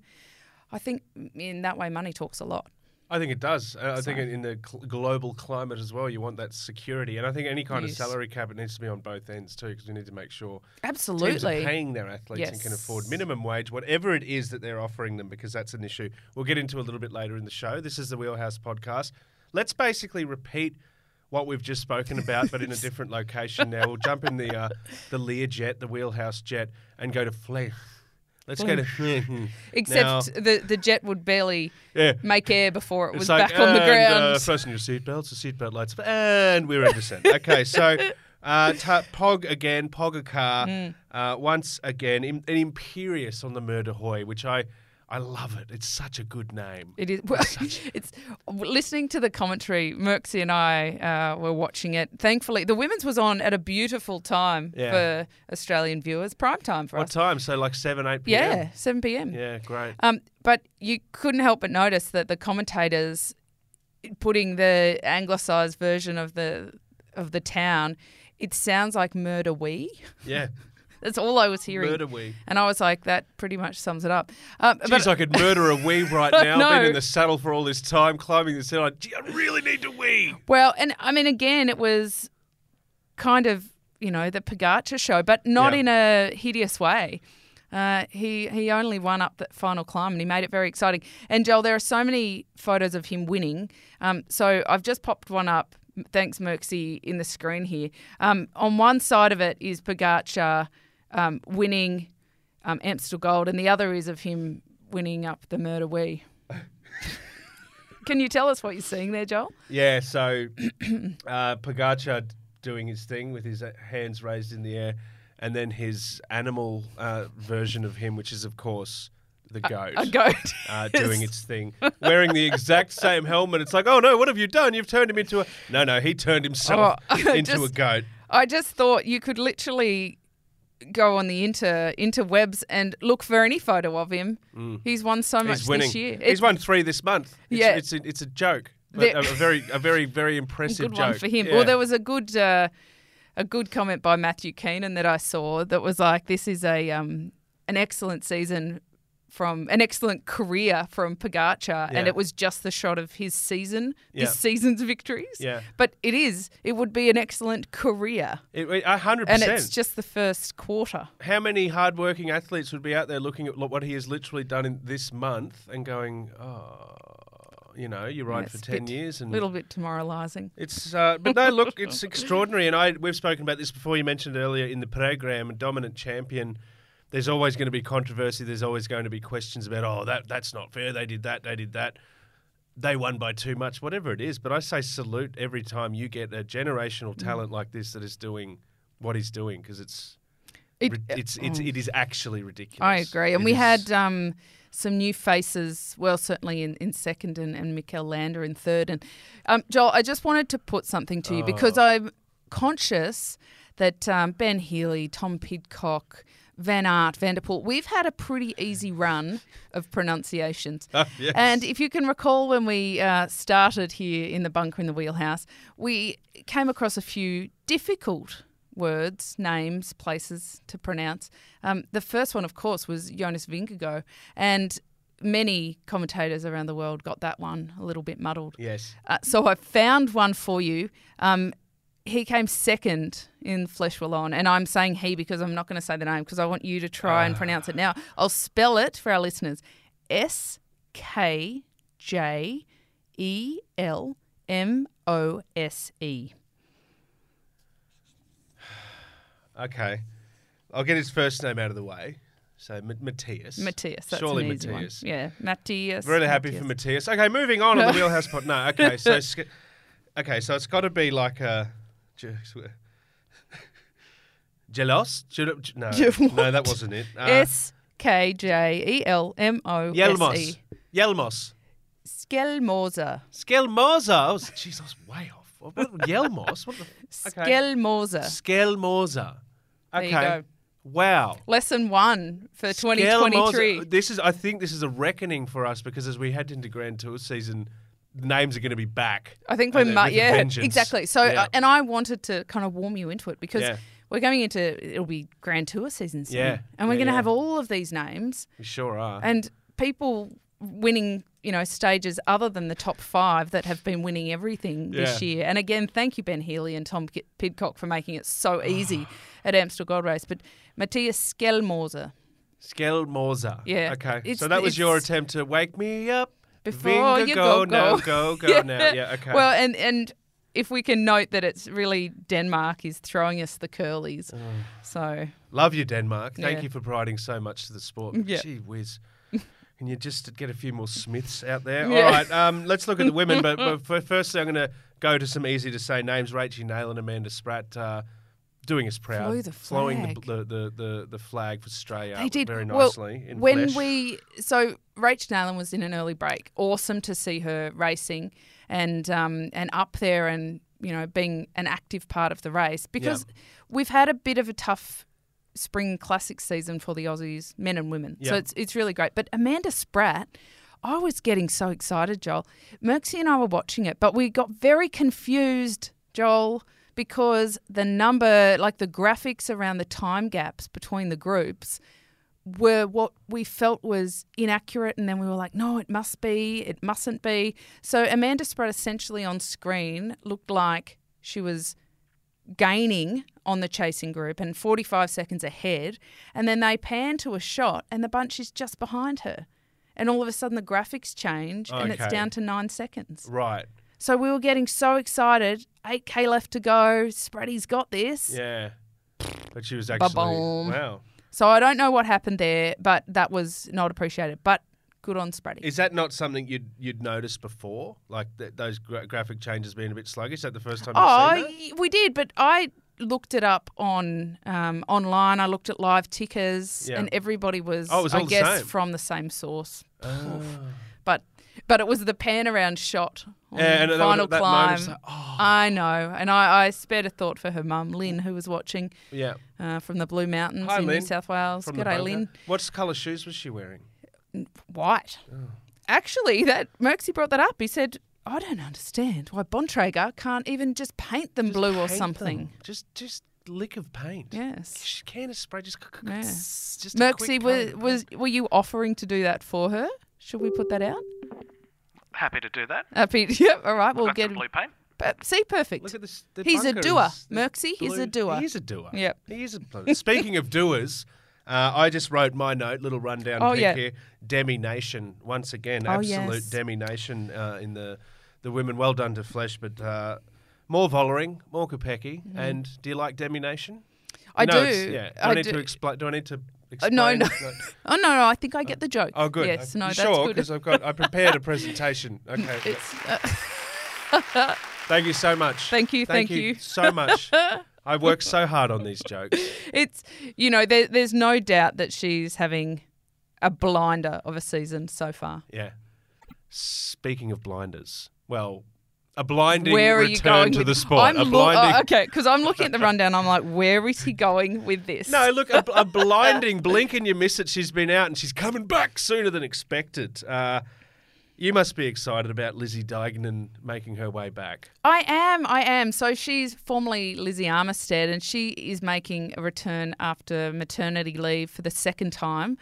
[SPEAKER 2] I think mm, in that way, money talks a lot.
[SPEAKER 1] I think it does. I I think in the cl- global climate as well, you want that security, and I think any kind
[SPEAKER 2] Yes.
[SPEAKER 1] of salary cap it needs to be on both ends too, because we need to make sure teams are
[SPEAKER 2] Absolutely.
[SPEAKER 1] paying their athletes and can afford
[SPEAKER 2] Yes.
[SPEAKER 1] minimum wage, whatever it is that they're offering them, because that's an issue. We'll get into a little bit later in the show. This is the Wheelhouse Podcast. Let's basically repeat what we've just spoken about, but in a different location. Now we'll jump in the uh, the Learjet, the Wheelhouse jet, and go to Flay. Let's go to
[SPEAKER 2] Except
[SPEAKER 1] Now-
[SPEAKER 2] the, the jet would barely
[SPEAKER 1] yeah.
[SPEAKER 2] make air before it
[SPEAKER 1] It's
[SPEAKER 2] was
[SPEAKER 1] like,
[SPEAKER 2] back on the
[SPEAKER 1] and,
[SPEAKER 2] ground.
[SPEAKER 1] Uh, fasten your seatbelts. The seatbelt lights, and we're in descent. okay, so uh, ta- Pog again,
[SPEAKER 2] Hmm.
[SPEAKER 1] Pog a car uh, once again, im- an imperious on the murder hoy, which I. I love it. It's such a good name.
[SPEAKER 2] It is. Well, it's listening to the commentary. Merxie and I uh, were watching it. Thankfully, the women's was on at a beautiful time
[SPEAKER 1] Yeah.
[SPEAKER 2] for Australian viewers. Prime time for
[SPEAKER 1] What
[SPEAKER 2] us.
[SPEAKER 1] time? So like seven, eight
[SPEAKER 2] yeah,
[SPEAKER 1] p.m.
[SPEAKER 2] seven p.m.
[SPEAKER 1] Yeah, great.
[SPEAKER 2] Um, but you couldn't help but notice that the commentators putting the anglicised version of the of the town. It sounds like murder we.
[SPEAKER 1] Yeah,
[SPEAKER 2] That's all I was hearing.
[SPEAKER 1] murder we.
[SPEAKER 2] And I was like, that pretty much sums it up. Um,
[SPEAKER 1] Jeez, I could murder a wee right
[SPEAKER 2] I
[SPEAKER 1] now. I've been
[SPEAKER 2] know.
[SPEAKER 1] in the saddle for all this time, climbing this hill. I, gee, I really need to wee.
[SPEAKER 2] Well, and I mean, again, it was kind of you know the Pagacha show, but not
[SPEAKER 1] Yeah.
[SPEAKER 2] in a hideous way. Uh, he he only won up that final climb, and he made it very exciting. And Joel, there are so many photos of him winning. Um, so I've just popped one up. Thanks, Merxie, in the screen here. Um, on one side of it is Pagacha um, winning um, Amstel Gold, and the other is of him winning up the Murder Wee. Can you tell us what you're seeing there, Joel?
[SPEAKER 1] Yeah, so uh, Pogacar doing his thing with his uh, hands raised in the air, and then his animal uh, version of him, which is of course the goat,
[SPEAKER 2] A goat.
[SPEAKER 1] Uh, doing its thing, wearing the exact same helmet. It's like, oh no, what have you done? You've turned him into a no, no. He turned himself
[SPEAKER 2] Oh, I
[SPEAKER 1] into a
[SPEAKER 2] just-
[SPEAKER 1] goat.
[SPEAKER 2] I just thought you could literally go on the inter interwebs and look for any photo of him. He's won so much
[SPEAKER 1] Mm. He's winning.
[SPEAKER 2] this year.
[SPEAKER 1] He's won three this month. It's,
[SPEAKER 2] Yeah.
[SPEAKER 1] it's a, it's a joke. But
[SPEAKER 2] There-
[SPEAKER 1] a, a very, a very, very
[SPEAKER 2] a
[SPEAKER 1] impressive
[SPEAKER 2] good
[SPEAKER 1] joke
[SPEAKER 2] one for him.
[SPEAKER 1] Yeah.
[SPEAKER 2] Well, there was a good uh, a good comment by Matthew Keenan that I saw that was like, "This is a um, an excellent season." From an excellent career from Pogacar, and
[SPEAKER 1] Yeah.
[SPEAKER 2] it was just the shot of his season,
[SPEAKER 1] Yeah.
[SPEAKER 2] this season's victories.
[SPEAKER 1] Yeah.
[SPEAKER 2] But it is, it would be an excellent career.
[SPEAKER 1] It- it- a hundred
[SPEAKER 2] And
[SPEAKER 1] percent.
[SPEAKER 2] it's just the first quarter.
[SPEAKER 1] how many hardworking athletes would be out there looking at lo- what he has literally done in this month and going, oh, you know, you ride
[SPEAKER 2] It's
[SPEAKER 1] for
[SPEAKER 2] a
[SPEAKER 1] ten
[SPEAKER 2] bit-
[SPEAKER 1] years and
[SPEAKER 2] little bit demoralising.
[SPEAKER 1] it's, uh, but no, look, it's extraordinary, and I we've spoken about this before. You mentioned earlier in the program, a dominant champion. There's always going to be controversy. There's always going to be questions about, oh, that that's not fair. They did that. They did that. They won by too much. Whatever it is, but I say salute every time you get a generational
[SPEAKER 2] Mm.
[SPEAKER 1] talent like this that is doing what he's doing because it's
[SPEAKER 2] It-
[SPEAKER 1] Rid- it's it's it is actually ridiculous.
[SPEAKER 2] I agree. And
[SPEAKER 1] It
[SPEAKER 2] we
[SPEAKER 1] is-
[SPEAKER 2] had um, some new faces, well, certainly in, in second and, and Mikel Lander in third. And um, Joel, I just wanted to put something to you because
[SPEAKER 1] Oh.
[SPEAKER 2] I'm conscious that um, Ben Healy, Tom Pidcock, Van Art, Vanderpool, we've had a pretty easy run of pronunciations.
[SPEAKER 1] Oh, Yes.
[SPEAKER 2] And if you can recall when we uh, started here in the bunker in the wheelhouse, we came across a few difficult words, names, places to pronounce. Um, the first one, of course, was Jonas Vingegaard, and many commentators around the world got that one a little bit muddled.
[SPEAKER 1] yes.
[SPEAKER 2] Uh, so I found one for you. Um, he came second in Flesh Wallon, and I'm saying he because I'm not going to say the name because I want you to try and pronounce it
[SPEAKER 1] Ah.
[SPEAKER 2] now. I'll spell it for our listeners: S K J E L M O S E.
[SPEAKER 1] Okay. I'll get his first name out of the way. So M- Matthias.
[SPEAKER 2] Matthias. That's
[SPEAKER 1] Surely
[SPEAKER 2] an easy
[SPEAKER 1] Matthias.
[SPEAKER 2] one. Yeah, Matthias.
[SPEAKER 1] Really happy for Matthias. Okay, moving on on the wheelhouse pod. No, okay. So it's g- okay, so it's got to be like a Jealous? No, no, that wasn't it. Uh,
[SPEAKER 2] S K J E L M O S
[SPEAKER 1] Yelmos.
[SPEAKER 2] E.
[SPEAKER 1] Yelmos.
[SPEAKER 2] Skelmoser.
[SPEAKER 1] Skelmoza. Oh, jeez, I was way off. What, what, Yelmos? What the?
[SPEAKER 2] Skelmoser.
[SPEAKER 1] Skelmorza.
[SPEAKER 2] There
[SPEAKER 1] Okay.
[SPEAKER 2] you go.
[SPEAKER 1] Wow.
[SPEAKER 2] Lesson one for
[SPEAKER 1] Skelmorza-
[SPEAKER 2] 2023.
[SPEAKER 1] This is I think this is a reckoning for us because as we head into Grand Tour season, names are going to be back.
[SPEAKER 2] I think we're,
[SPEAKER 1] And, uh,
[SPEAKER 2] mu-
[SPEAKER 1] with a
[SPEAKER 2] yeah,
[SPEAKER 1] vengeance.
[SPEAKER 2] exactly. So,
[SPEAKER 1] Yeah.
[SPEAKER 2] uh, and I wanted to kind of warm you into it because
[SPEAKER 1] Yeah.
[SPEAKER 2] we're going into it'll be Grand Tour season soon,
[SPEAKER 1] Yeah.
[SPEAKER 2] and we're
[SPEAKER 1] Yeah,
[SPEAKER 2] going to
[SPEAKER 1] yeah.
[SPEAKER 2] have all of these names
[SPEAKER 1] we sure are.
[SPEAKER 2] and people winning, you know, stages other than the top five that have been winning everything this
[SPEAKER 1] Yeah.
[SPEAKER 2] year. And again, thank you Ben Healy and Tom Ki- Pidcock for making it so easy at Amstel Gold Race. But Matthias Skelmorser,
[SPEAKER 1] Skelmorza.
[SPEAKER 2] Yeah.
[SPEAKER 1] Okay.
[SPEAKER 2] It's-
[SPEAKER 1] so that was your
[SPEAKER 2] it's-
[SPEAKER 1] attempt to wake me up
[SPEAKER 2] before
[SPEAKER 1] Vinga,
[SPEAKER 2] you
[SPEAKER 1] go,
[SPEAKER 2] go
[SPEAKER 1] now, go go now. Yeah. Okay.
[SPEAKER 2] Well, and and if we can note that it's really Denmark is throwing us the curlies,
[SPEAKER 1] Mm.
[SPEAKER 2] so
[SPEAKER 1] Love you, Denmark. Thank
[SPEAKER 2] Yeah.
[SPEAKER 1] you for providing so much to the sport.
[SPEAKER 2] Yeah.
[SPEAKER 1] Gee whiz. Can you just get a few more Smiths out there?
[SPEAKER 2] Yeah.
[SPEAKER 1] All right, um, let's look at the women. but, but fir- firstly, I'm going to go to some easy to say names Rachel Nail and Amanda Spratt. Uh, doing us proud.
[SPEAKER 2] Flew the
[SPEAKER 1] Flowing the,
[SPEAKER 2] flag.
[SPEAKER 1] the, the, the, the flag for Australia
[SPEAKER 2] They did
[SPEAKER 1] um, very
[SPEAKER 2] Well,
[SPEAKER 1] nicely. in
[SPEAKER 2] when
[SPEAKER 1] flesh.
[SPEAKER 2] we so Rachel Allen was in an early break. Awesome to see her racing and um, and up there and you know being an active part of the race because we've had a bit of a tough spring classic season for the Aussies, men and women. So
[SPEAKER 1] Yeah.
[SPEAKER 2] it's it's really great. But Amanda Spratt. I was getting so excited, Joel. Merxie and I were watching it, but we got very confused, Joel, because the number, like the graphics around the time gaps between the groups, were what we felt was inaccurate, and then we were like, no, it must be, it mustn't be. So Amanda Spratt essentially on screen looked like she was gaining on the chasing group and 45 seconds ahead, and then they pan to a shot, and the bunch is just behind her. And all of a sudden, the graphics change, and it's
[SPEAKER 1] Okay.
[SPEAKER 2] down to nine seconds.
[SPEAKER 1] Right.
[SPEAKER 2] So we were getting so excited. 8K left to go. Spratty's got this.
[SPEAKER 1] Yeah. But she was actually.
[SPEAKER 2] Ba-boom.
[SPEAKER 1] Wow.
[SPEAKER 2] So I don't know what happened there, but that was not appreciated. But good on Spratty.
[SPEAKER 1] Is that not something you'd you'd noticed before? Like th- those gra- graphic changes being a bit sluggish? Is that the first time
[SPEAKER 2] Oh,
[SPEAKER 1] you've seen that?
[SPEAKER 2] y- we did, but I looked it up on um, online. I looked at live tickers,
[SPEAKER 1] Yeah.
[SPEAKER 2] and everybody was,
[SPEAKER 1] Oh, it was
[SPEAKER 2] I
[SPEAKER 1] all the
[SPEAKER 2] guess,
[SPEAKER 1] same. Ah.
[SPEAKER 2] from the same source. But but it was the pan around shot on
[SPEAKER 1] Yeah, and
[SPEAKER 2] the
[SPEAKER 1] that-
[SPEAKER 2] final
[SPEAKER 1] that
[SPEAKER 2] climb.
[SPEAKER 1] moment was like, oh.
[SPEAKER 2] I know, and I, I spared a thought for her mum, Lynn, who was watching
[SPEAKER 1] Yeah.
[SPEAKER 2] uh, from the Blue Mountains
[SPEAKER 1] Hi,
[SPEAKER 2] in
[SPEAKER 1] Lynn,
[SPEAKER 2] New South Wales.
[SPEAKER 1] From
[SPEAKER 2] Good
[SPEAKER 1] the
[SPEAKER 2] day,
[SPEAKER 1] bunker.
[SPEAKER 2] Lynn.
[SPEAKER 1] What colour shoes was she wearing?
[SPEAKER 2] White.
[SPEAKER 1] Oh.
[SPEAKER 2] Actually, that Merxie brought that up. He said, "I don't understand why Bontrager can't even just paint them blue or
[SPEAKER 1] Paint
[SPEAKER 2] something."
[SPEAKER 1] them. Just just lick of paint.
[SPEAKER 2] Yes.
[SPEAKER 1] Sh- Can of spray. Just. c- c-
[SPEAKER 2] Yeah.
[SPEAKER 1] Just. a quick coat
[SPEAKER 2] Merxie,
[SPEAKER 1] of
[SPEAKER 2] was,
[SPEAKER 1] paint.
[SPEAKER 2] was were you offering to do that for her? Should we put that out?
[SPEAKER 3] Happy to do that.
[SPEAKER 2] Uh, Pete, yep. All right, we'll
[SPEAKER 3] Got
[SPEAKER 2] get
[SPEAKER 3] some
[SPEAKER 2] him.
[SPEAKER 3] blue paint.
[SPEAKER 2] Per- See, perfect.
[SPEAKER 1] Look at this. the
[SPEAKER 2] He's a
[SPEAKER 1] bunker
[SPEAKER 2] doer.
[SPEAKER 1] is- is
[SPEAKER 2] Merxie, he's
[SPEAKER 1] blue.
[SPEAKER 2] a doer.
[SPEAKER 1] He is a doer.
[SPEAKER 2] Yep.
[SPEAKER 1] He is a bloke. Speaking of doers, uh, I just wrote my note, little rundown
[SPEAKER 2] Oh,
[SPEAKER 1] pick
[SPEAKER 2] yeah.
[SPEAKER 1] here. Demi Nation, once again,
[SPEAKER 2] Oh,
[SPEAKER 1] absolute
[SPEAKER 2] yes.
[SPEAKER 1] Demi Nation uh, in the, the women. Well done to Flesh, but uh, more Vollering, more Kopecky. And do you like Demi Nation?
[SPEAKER 2] Mm-hmm. I
[SPEAKER 1] no,
[SPEAKER 2] do.
[SPEAKER 1] it's- Yeah. Do I,
[SPEAKER 2] I
[SPEAKER 1] need
[SPEAKER 2] do.
[SPEAKER 1] to explain? Do I need to
[SPEAKER 2] Uh,
[SPEAKER 1] explain?
[SPEAKER 2] no, no. oh no, no. I think I get the joke.
[SPEAKER 1] Oh, good.
[SPEAKER 2] Yes,
[SPEAKER 1] Uh,
[SPEAKER 2] no,
[SPEAKER 1] you
[SPEAKER 2] that's
[SPEAKER 1] sure,
[SPEAKER 2] good.
[SPEAKER 1] because I've got I prepared a presentation. Okay,
[SPEAKER 2] It's, uh,
[SPEAKER 1] thank you so much.
[SPEAKER 2] Thank you, thank you.
[SPEAKER 1] so much. I work so hard on these jokes.
[SPEAKER 2] it's you know, there, there's no doubt that she's having a blinder of a season so far.
[SPEAKER 1] Yeah. Speaking of blinders, well, a blinding
[SPEAKER 2] where are
[SPEAKER 1] return
[SPEAKER 2] you going
[SPEAKER 1] to
[SPEAKER 2] with
[SPEAKER 1] the sport.
[SPEAKER 2] I'm
[SPEAKER 1] a
[SPEAKER 2] loo-
[SPEAKER 1] blinding.
[SPEAKER 2] oh, okay, because I'm looking at the rundown. I'm like, where is he going with this?
[SPEAKER 1] No, look, a, a blinding blink and you miss it. She's been out and she's coming back sooner than expected. Uh, you must be excited about Lizzie Deignan making her way back.
[SPEAKER 2] I am. I am. So she's formerly Lizzie Armistead, and she is making a return after maternity leave for the second time.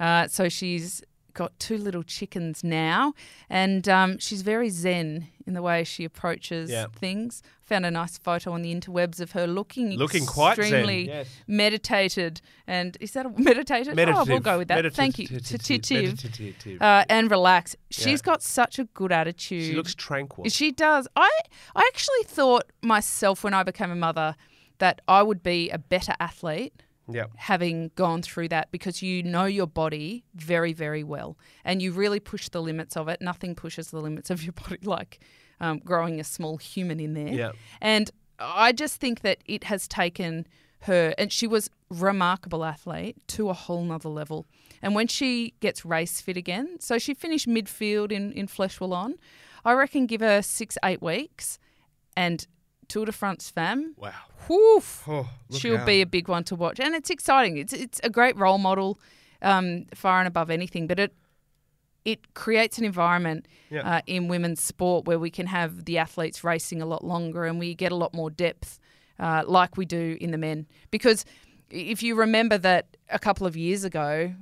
[SPEAKER 2] Uh, so she's got two little chickens now, and um, she's very zen in the way she approaches
[SPEAKER 1] Yeah.
[SPEAKER 2] things. Found a nice photo on the interwebs of her looking,
[SPEAKER 1] Looking quite zen,
[SPEAKER 2] extremely
[SPEAKER 1] yes.
[SPEAKER 2] meditated. And is that a meditated? Oh, we'll
[SPEAKER 1] Meditative,
[SPEAKER 2] go with that. Thank you.
[SPEAKER 1] meditative,
[SPEAKER 2] Meditative.
[SPEAKER 1] meditative.
[SPEAKER 2] Uh, and relax. She's
[SPEAKER 1] Yeah.
[SPEAKER 2] got such a good attitude.
[SPEAKER 1] she looks tranquil.
[SPEAKER 2] She does. I I actually thought myself when I became a mother that I would be a better athlete
[SPEAKER 1] yeah.
[SPEAKER 2] having gone through that because you know your body very very well and you really push the limits of it. Nothing pushes the limits of your body like um, growing a small human in there.
[SPEAKER 1] Yeah.
[SPEAKER 2] And I just think that it has taken her and she was remarkable athlete to a whole nother level. And when she gets race fit again, so she finished midfield in, in Flesh Wallon, I reckon give her six, eight weeks and Tour de France femme.
[SPEAKER 1] Wow.
[SPEAKER 2] Woof
[SPEAKER 1] Oh, look
[SPEAKER 2] she'll
[SPEAKER 1] out.
[SPEAKER 2] be a big one to watch, and it's exciting. It's it's a great role model, um, far and above anything. But it it creates an environment
[SPEAKER 1] Yeah.
[SPEAKER 2] uh, in women's sport where we can have the athletes racing a lot longer, and we get a lot more depth, uh, like we do in the men. Because if you remember that a couple of years ago,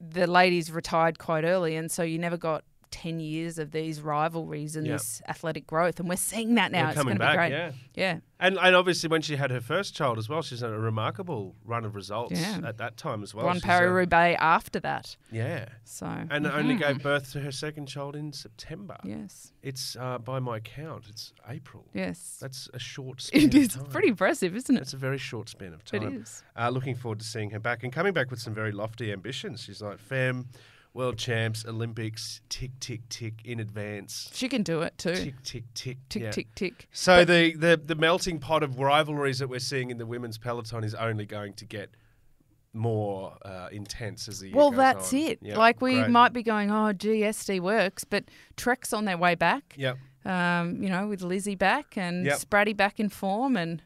[SPEAKER 2] the ladies retired quite early, and so you never got. 10 years of these rivalries and
[SPEAKER 1] Yeah.
[SPEAKER 2] this athletic growth and we're seeing that now
[SPEAKER 1] They're
[SPEAKER 2] it's
[SPEAKER 1] coming
[SPEAKER 2] going to be
[SPEAKER 1] back,
[SPEAKER 2] great
[SPEAKER 1] yeah.
[SPEAKER 2] yeah
[SPEAKER 1] And, and obviously, when she had her first child as well, she's had a remarkable run of results
[SPEAKER 2] Yeah.
[SPEAKER 1] at that time as well.
[SPEAKER 2] Ron
[SPEAKER 1] She's, uh,
[SPEAKER 2] Paris-Roubaix after that
[SPEAKER 1] Yeah.
[SPEAKER 2] So
[SPEAKER 1] And only gave birth to her second child in September.
[SPEAKER 2] yes,
[SPEAKER 1] It's, uh, by my count, it's April.
[SPEAKER 2] yes,
[SPEAKER 1] That's a short span
[SPEAKER 2] it is
[SPEAKER 1] of time.
[SPEAKER 2] pretty impressive, isn't it?
[SPEAKER 1] That's a very short span of time.
[SPEAKER 2] It is.
[SPEAKER 1] Uh, looking forward to seeing her back and coming back with some very lofty ambitions. She's like, fam, World champs, Olympics, tick, tick, tick in advance.
[SPEAKER 2] She can do it too.
[SPEAKER 1] Tick, tick, tick.
[SPEAKER 2] tick,
[SPEAKER 1] yeah.
[SPEAKER 2] tick, tick.
[SPEAKER 1] So the, the, the melting pot of rivalries that we're seeing in the women's peloton is only going to get more uh, intense as the year
[SPEAKER 2] Well,
[SPEAKER 1] goes
[SPEAKER 2] that's
[SPEAKER 1] on.
[SPEAKER 2] it.
[SPEAKER 1] Yeah,
[SPEAKER 2] like we
[SPEAKER 1] great.
[SPEAKER 2] might be going, oh, GSD works, but Trek's on their way back.
[SPEAKER 1] Yeah.
[SPEAKER 2] Um, you know, with Lizzie back and
[SPEAKER 1] Yep.
[SPEAKER 2] Spratty back in form and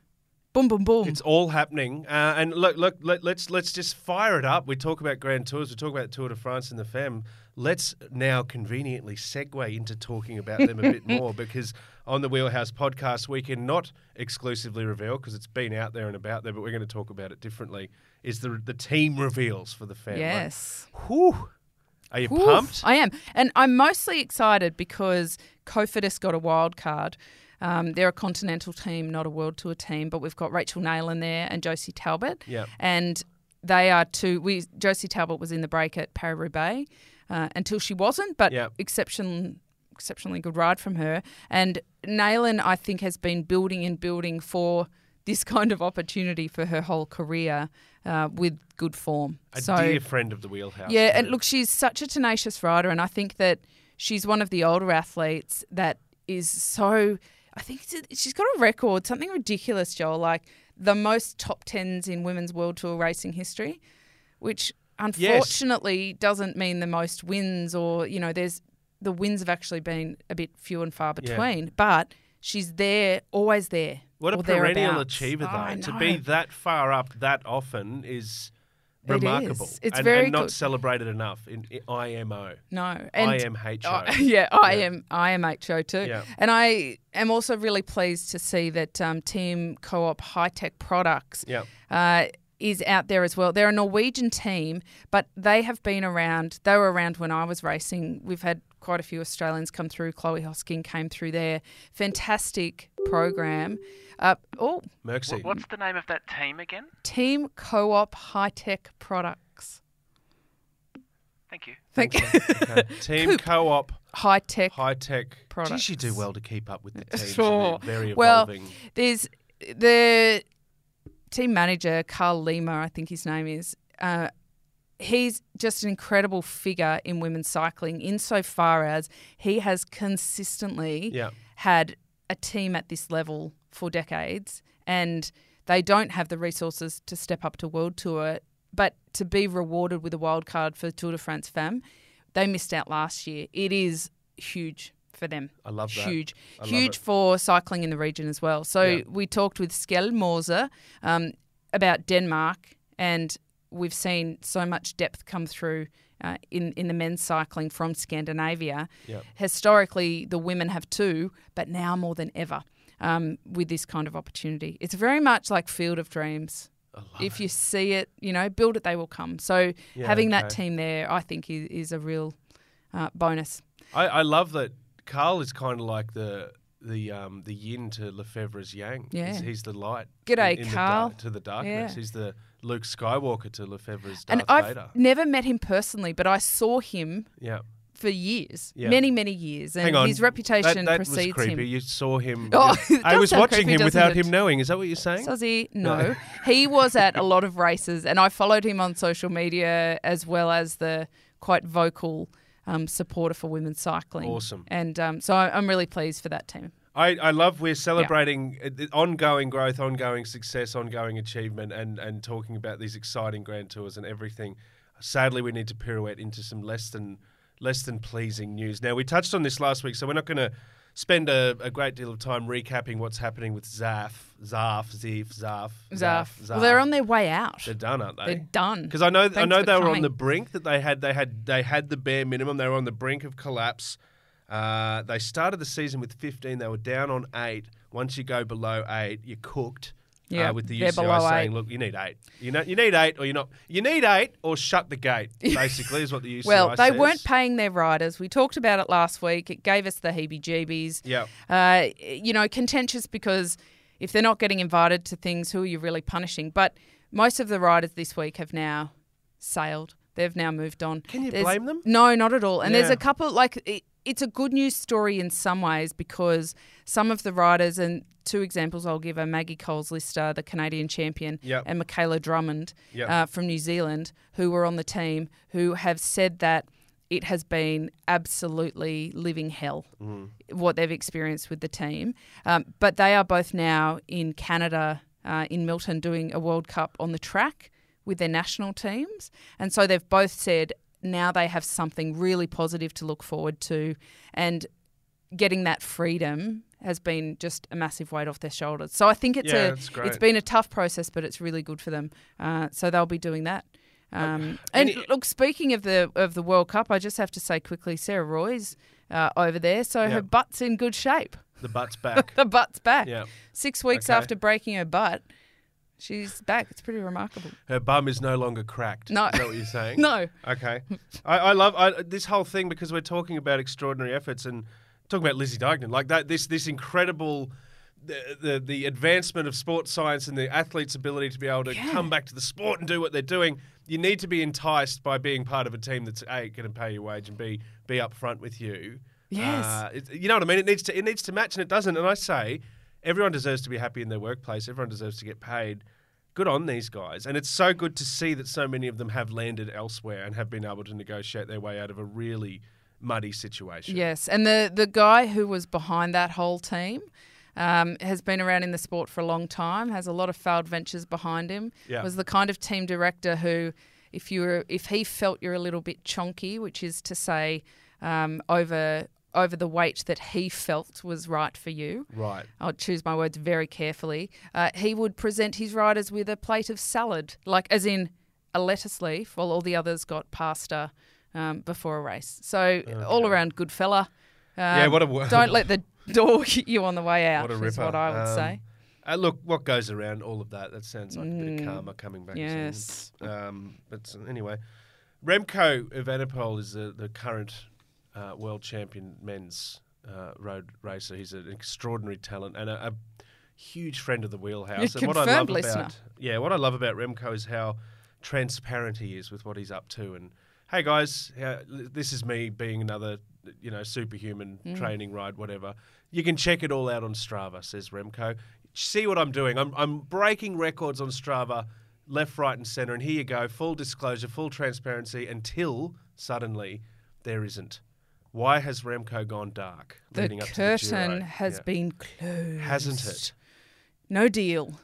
[SPEAKER 2] boom, boom, boom.
[SPEAKER 1] It's all happening, uh, and look, look, let, let's let's just fire it up. We talk about Grand Tours, we talk about Tour de France and the Femme. Let's now conveniently segue into talking about them a bit more because on the Wheelhouse podcast, we can not exclusively reveal because it's been out there and about there, but we're going to talk about it differently. Is the the team reveals for the E Femme?
[SPEAKER 2] yes.
[SPEAKER 1] Like, whew. Are you
[SPEAKER 2] Woof.
[SPEAKER 1] pumped?
[SPEAKER 2] I am. And I'm mostly excited because Kofidis got a wild card. Um, they're a continental team, not a world tour team, but we've got Rachel Nail in there and Josie Talbot.
[SPEAKER 1] Yep.
[SPEAKER 2] And they are two. We Josie Talbot was in the break at Paris Roubaix uh, until she wasn't, but
[SPEAKER 1] Yep.
[SPEAKER 2] exception, exceptionally good ride from her. And Naylan, I think, has been building and building for this kind of opportunity for her whole career uh, with good form.
[SPEAKER 1] A
[SPEAKER 2] so
[SPEAKER 1] dear friend of the Wheelhouse.
[SPEAKER 2] yeah, and
[SPEAKER 1] too.
[SPEAKER 2] look, she's such a tenacious rider, and I think that she's one of the older athletes that is so. I think it's, she's got a record, something ridiculous, Joel, like the most top tens in women's world tour racing history, which unfortunately doesn't mean the most wins, or you know, there's the wins have actually been a bit few and far
[SPEAKER 1] Yeah.
[SPEAKER 2] between, but she's there, always there.
[SPEAKER 1] What a
[SPEAKER 2] or
[SPEAKER 1] perennial
[SPEAKER 2] thereabouts.
[SPEAKER 1] achiever,
[SPEAKER 2] I
[SPEAKER 1] though. To
[SPEAKER 2] know.
[SPEAKER 1] be that far up that often is
[SPEAKER 2] It
[SPEAKER 1] remarkable.
[SPEAKER 2] is. It's
[SPEAKER 1] and,
[SPEAKER 2] very
[SPEAKER 1] and not
[SPEAKER 2] good.
[SPEAKER 1] celebrated enough in, in IMO,
[SPEAKER 2] no, and uh,
[SPEAKER 1] IMHO.
[SPEAKER 2] I- Oh, yeah, I
[SPEAKER 1] Yeah.
[SPEAKER 2] am. I am HO too,
[SPEAKER 1] Yeah.
[SPEAKER 2] and I am also really pleased to see that um, Team Co-op High Tech Products
[SPEAKER 1] Yeah.
[SPEAKER 2] uh, is out there as well. They're a Norwegian team, but they have been around. They were around when I was racing. We've had quite a few Australians come through. Chloe Hosking came through there. Fantastic program. Uh, oh,
[SPEAKER 1] Mercy.
[SPEAKER 3] Wh- What's the name of that team again?
[SPEAKER 2] Team Co-op High Tech Products.
[SPEAKER 3] Thank you.
[SPEAKER 2] Thank
[SPEAKER 1] Okay. Team co op,
[SPEAKER 2] High Tech
[SPEAKER 1] high tech. Gee,
[SPEAKER 2] Products.
[SPEAKER 1] she do well to keep up with the teams. and
[SPEAKER 2] Sure.
[SPEAKER 1] they're Very
[SPEAKER 2] Well,
[SPEAKER 1] evolving.
[SPEAKER 2] There's the team manager, Carl Lima, I think his name is. Uh, he's just an incredible figure in women's cycling insofar as he has consistently
[SPEAKER 1] yeah.
[SPEAKER 2] had a team at this level for decades and they don't have the resources to step up to world tour but to be rewarded with a wild card for Tour de France femme they missed out last year it is huge for them
[SPEAKER 1] I love that.
[SPEAKER 2] huge
[SPEAKER 1] I love
[SPEAKER 2] huge
[SPEAKER 1] it.
[SPEAKER 2] for cycling in the region as well so
[SPEAKER 1] Yeah.
[SPEAKER 2] we talked with Skjell Morser um, about Denmark and we've seen so much depth come through uh, in in the men's cycling from Scandinavia
[SPEAKER 1] Yeah.
[SPEAKER 2] historically the women have too, but now more than ever um, with this kind of opportunity. It's very much like Field of Dreams.
[SPEAKER 1] I love
[SPEAKER 2] If you see it, you know, build it, they will come. So
[SPEAKER 1] Yeah,
[SPEAKER 2] having that
[SPEAKER 1] okay.
[SPEAKER 2] team there, I think, is, is a real uh, bonus.
[SPEAKER 1] I, I love that Carl is kind of like the the um, the yin to Lefebvre's yang. He's,
[SPEAKER 2] Yeah.
[SPEAKER 1] he's the light.
[SPEAKER 2] G'day,
[SPEAKER 1] in, in
[SPEAKER 2] Carl.
[SPEAKER 1] The dar- to the darkness.
[SPEAKER 2] Yeah.
[SPEAKER 1] He's the Luke Skywalker to Lefebvre's Darth
[SPEAKER 2] and I've
[SPEAKER 1] Vader.
[SPEAKER 2] never met him personally, but I saw him
[SPEAKER 1] Yeah.
[SPEAKER 2] for years,
[SPEAKER 1] Yeah.
[SPEAKER 2] many, many years, and
[SPEAKER 1] Hang on.
[SPEAKER 2] his reputation
[SPEAKER 1] that, that
[SPEAKER 2] precedes
[SPEAKER 1] was creepy.
[SPEAKER 2] him.
[SPEAKER 1] You saw him.
[SPEAKER 2] Oh, it
[SPEAKER 1] I
[SPEAKER 2] does
[SPEAKER 1] was
[SPEAKER 2] sound
[SPEAKER 1] watching
[SPEAKER 2] creepy,
[SPEAKER 1] him without
[SPEAKER 2] doesn't it?
[SPEAKER 1] him knowing. Is that what you're saying?
[SPEAKER 2] Sozzy, no. he was at a lot of races, and I followed him on social media as well as the quite vocal um, supporter for women's cycling.
[SPEAKER 1] Awesome.
[SPEAKER 2] And um, so I- I'm really pleased for that team.
[SPEAKER 1] I, I love we're celebrating uh, the ongoing growth, ongoing success, ongoing achievement, and, and talking about these exciting grand tours and everything. Sadly, we need to pirouette into some less than less than pleasing news. Now we touched on this last week, so we're not going to spend a, a great deal of time recapping what's happening with Zaf, Zaf, Zif, Zaf,
[SPEAKER 2] Zaf. Well, they're on their way out.
[SPEAKER 1] They're done, aren't they?
[SPEAKER 2] They're done.
[SPEAKER 1] Because I know I
[SPEAKER 2] Thanks
[SPEAKER 1] know
[SPEAKER 2] for
[SPEAKER 1] they were on
[SPEAKER 2] coming.
[SPEAKER 1] the brink that they had they had they had the bare minimum. They were on the brink of collapse. Uh, they started the season with 15. They were down on eight. Once you go below eight, you're cooked. uh,
[SPEAKER 2] Yeah,
[SPEAKER 1] with the
[SPEAKER 2] they're
[SPEAKER 1] UCI
[SPEAKER 2] below
[SPEAKER 1] saying,
[SPEAKER 2] eight.
[SPEAKER 1] "Look, you need eight. You know, you need eight, or you're not. You need eight, or shut the gate." Basically, is what the UCI
[SPEAKER 2] Well, they
[SPEAKER 1] says.
[SPEAKER 2] weren't paying their riders. We talked about it last week. It gave us the heebie jeebies.
[SPEAKER 1] Yeah.
[SPEAKER 2] Uh, you know, contentious because if they're not getting invited to things, who are you really punishing? But most of the riders this week have now sailed. They've now moved on.
[SPEAKER 1] Can you blame them?
[SPEAKER 2] No, not at all. And there's
[SPEAKER 1] Yeah.
[SPEAKER 2] a couple, like, it, it's a good news story in some ways because some of the riders, and two examples I'll give are Maggie Coles Lister, the Canadian champion,
[SPEAKER 1] Yep.
[SPEAKER 2] and Michaela Drummond
[SPEAKER 1] Yep.
[SPEAKER 2] uh, from New Zealand, who were on the team, who have said that it has been absolutely living hell what they've experienced with the team. Um, but they are both now in Canada, uh, in Milton, doing a World Cup on the track with their national teams. And so they've both said now they have something really positive to look forward to. And getting that freedom has been just a massive weight off their shoulders. So I think it's
[SPEAKER 1] Yeah,
[SPEAKER 2] a
[SPEAKER 1] it's great.
[SPEAKER 2] it's been a tough process, but it's really good for them. Uh, so they'll be doing that. Um, and
[SPEAKER 1] Uh, and
[SPEAKER 2] look, speaking of the of the World Cup, I just have to say quickly, Sarah Roy's uh, over there, so her
[SPEAKER 1] Yeah.
[SPEAKER 2] butt's in good shape.
[SPEAKER 1] The butt's back.
[SPEAKER 2] The butt's back.
[SPEAKER 1] Yeah.
[SPEAKER 2] Six weeks
[SPEAKER 1] Okay.
[SPEAKER 2] after breaking her butt, she's back. It's pretty remarkable.
[SPEAKER 1] Her bum is no longer cracked.
[SPEAKER 2] No.
[SPEAKER 1] Is that what you're saying?
[SPEAKER 2] No.
[SPEAKER 1] Okay. I, I love I, this whole thing because we're talking about extraordinary efforts and talking about Lizzie Deignan like that. This this incredible. The, the, the advancement of sports science and the athlete's ability to be able to come back to the sport and do what they're doing, you need to be enticed by being part of a team that's a going to pay your wage and b be upfront with you.
[SPEAKER 2] Yes.
[SPEAKER 1] Uh, it, you know what I mean. It needs to it needs to match and it doesn't. And I say, everyone deserves to be happy in their workplace. Everyone deserves to get paid. Good on these guys, and it's so good to see that so many of them have landed elsewhere and have been able to negotiate their way out of a really muddy situation.
[SPEAKER 2] Yes, and the the guy who was behind that whole team um, has been around in the sport for a long time. Has a lot of failed ventures behind him.
[SPEAKER 1] Yeah.
[SPEAKER 2] Was the kind of team director who, if you were, if he felt you're a little bit chonky, which is to say, um, over over the weight that he felt was right for you.
[SPEAKER 1] Right.
[SPEAKER 2] I'll choose my words very carefully. Uh, he would present his riders with a plate of salad, like as in a lettuce leaf, while all the others got pasta um, before a race. So all around good fella. Um, yeah,
[SPEAKER 1] what a wo-
[SPEAKER 2] Don't let the door hit you on the way out.
[SPEAKER 1] What a
[SPEAKER 2] is
[SPEAKER 1] ripper.
[SPEAKER 2] what I would
[SPEAKER 1] Um,
[SPEAKER 2] say.
[SPEAKER 1] uh, look, what goes around all of that? That sounds like a bit of karma coming back. to us.
[SPEAKER 2] Mm. Yes.
[SPEAKER 1] Um, but anyway, Remco Evenepoel is the, the current uh, world champion men's uh, road racer. He's an extraordinary talent and a, a huge friend of the wheelhouse.
[SPEAKER 2] You're
[SPEAKER 1] and what I love
[SPEAKER 2] confirmed listener.
[SPEAKER 1] about yeah, what I love about Remco is how transparent he is with what he's up to. And hey, guys, uh, this is me being another you know superhuman
[SPEAKER 2] Mm.
[SPEAKER 1] training ride, whatever. You can check it all out on Strava, says Remco. See what I'm doing. I'm I'm breaking records on Strava, left, right, and center. And here you go, full disclosure, full transparency. Until suddenly, there isn't. Why has Remco gone dark?
[SPEAKER 2] The
[SPEAKER 1] leading up to the Giro?
[SPEAKER 2] curtain has
[SPEAKER 1] Yeah.
[SPEAKER 2] been closed.
[SPEAKER 1] Hasn't it?
[SPEAKER 2] No deal.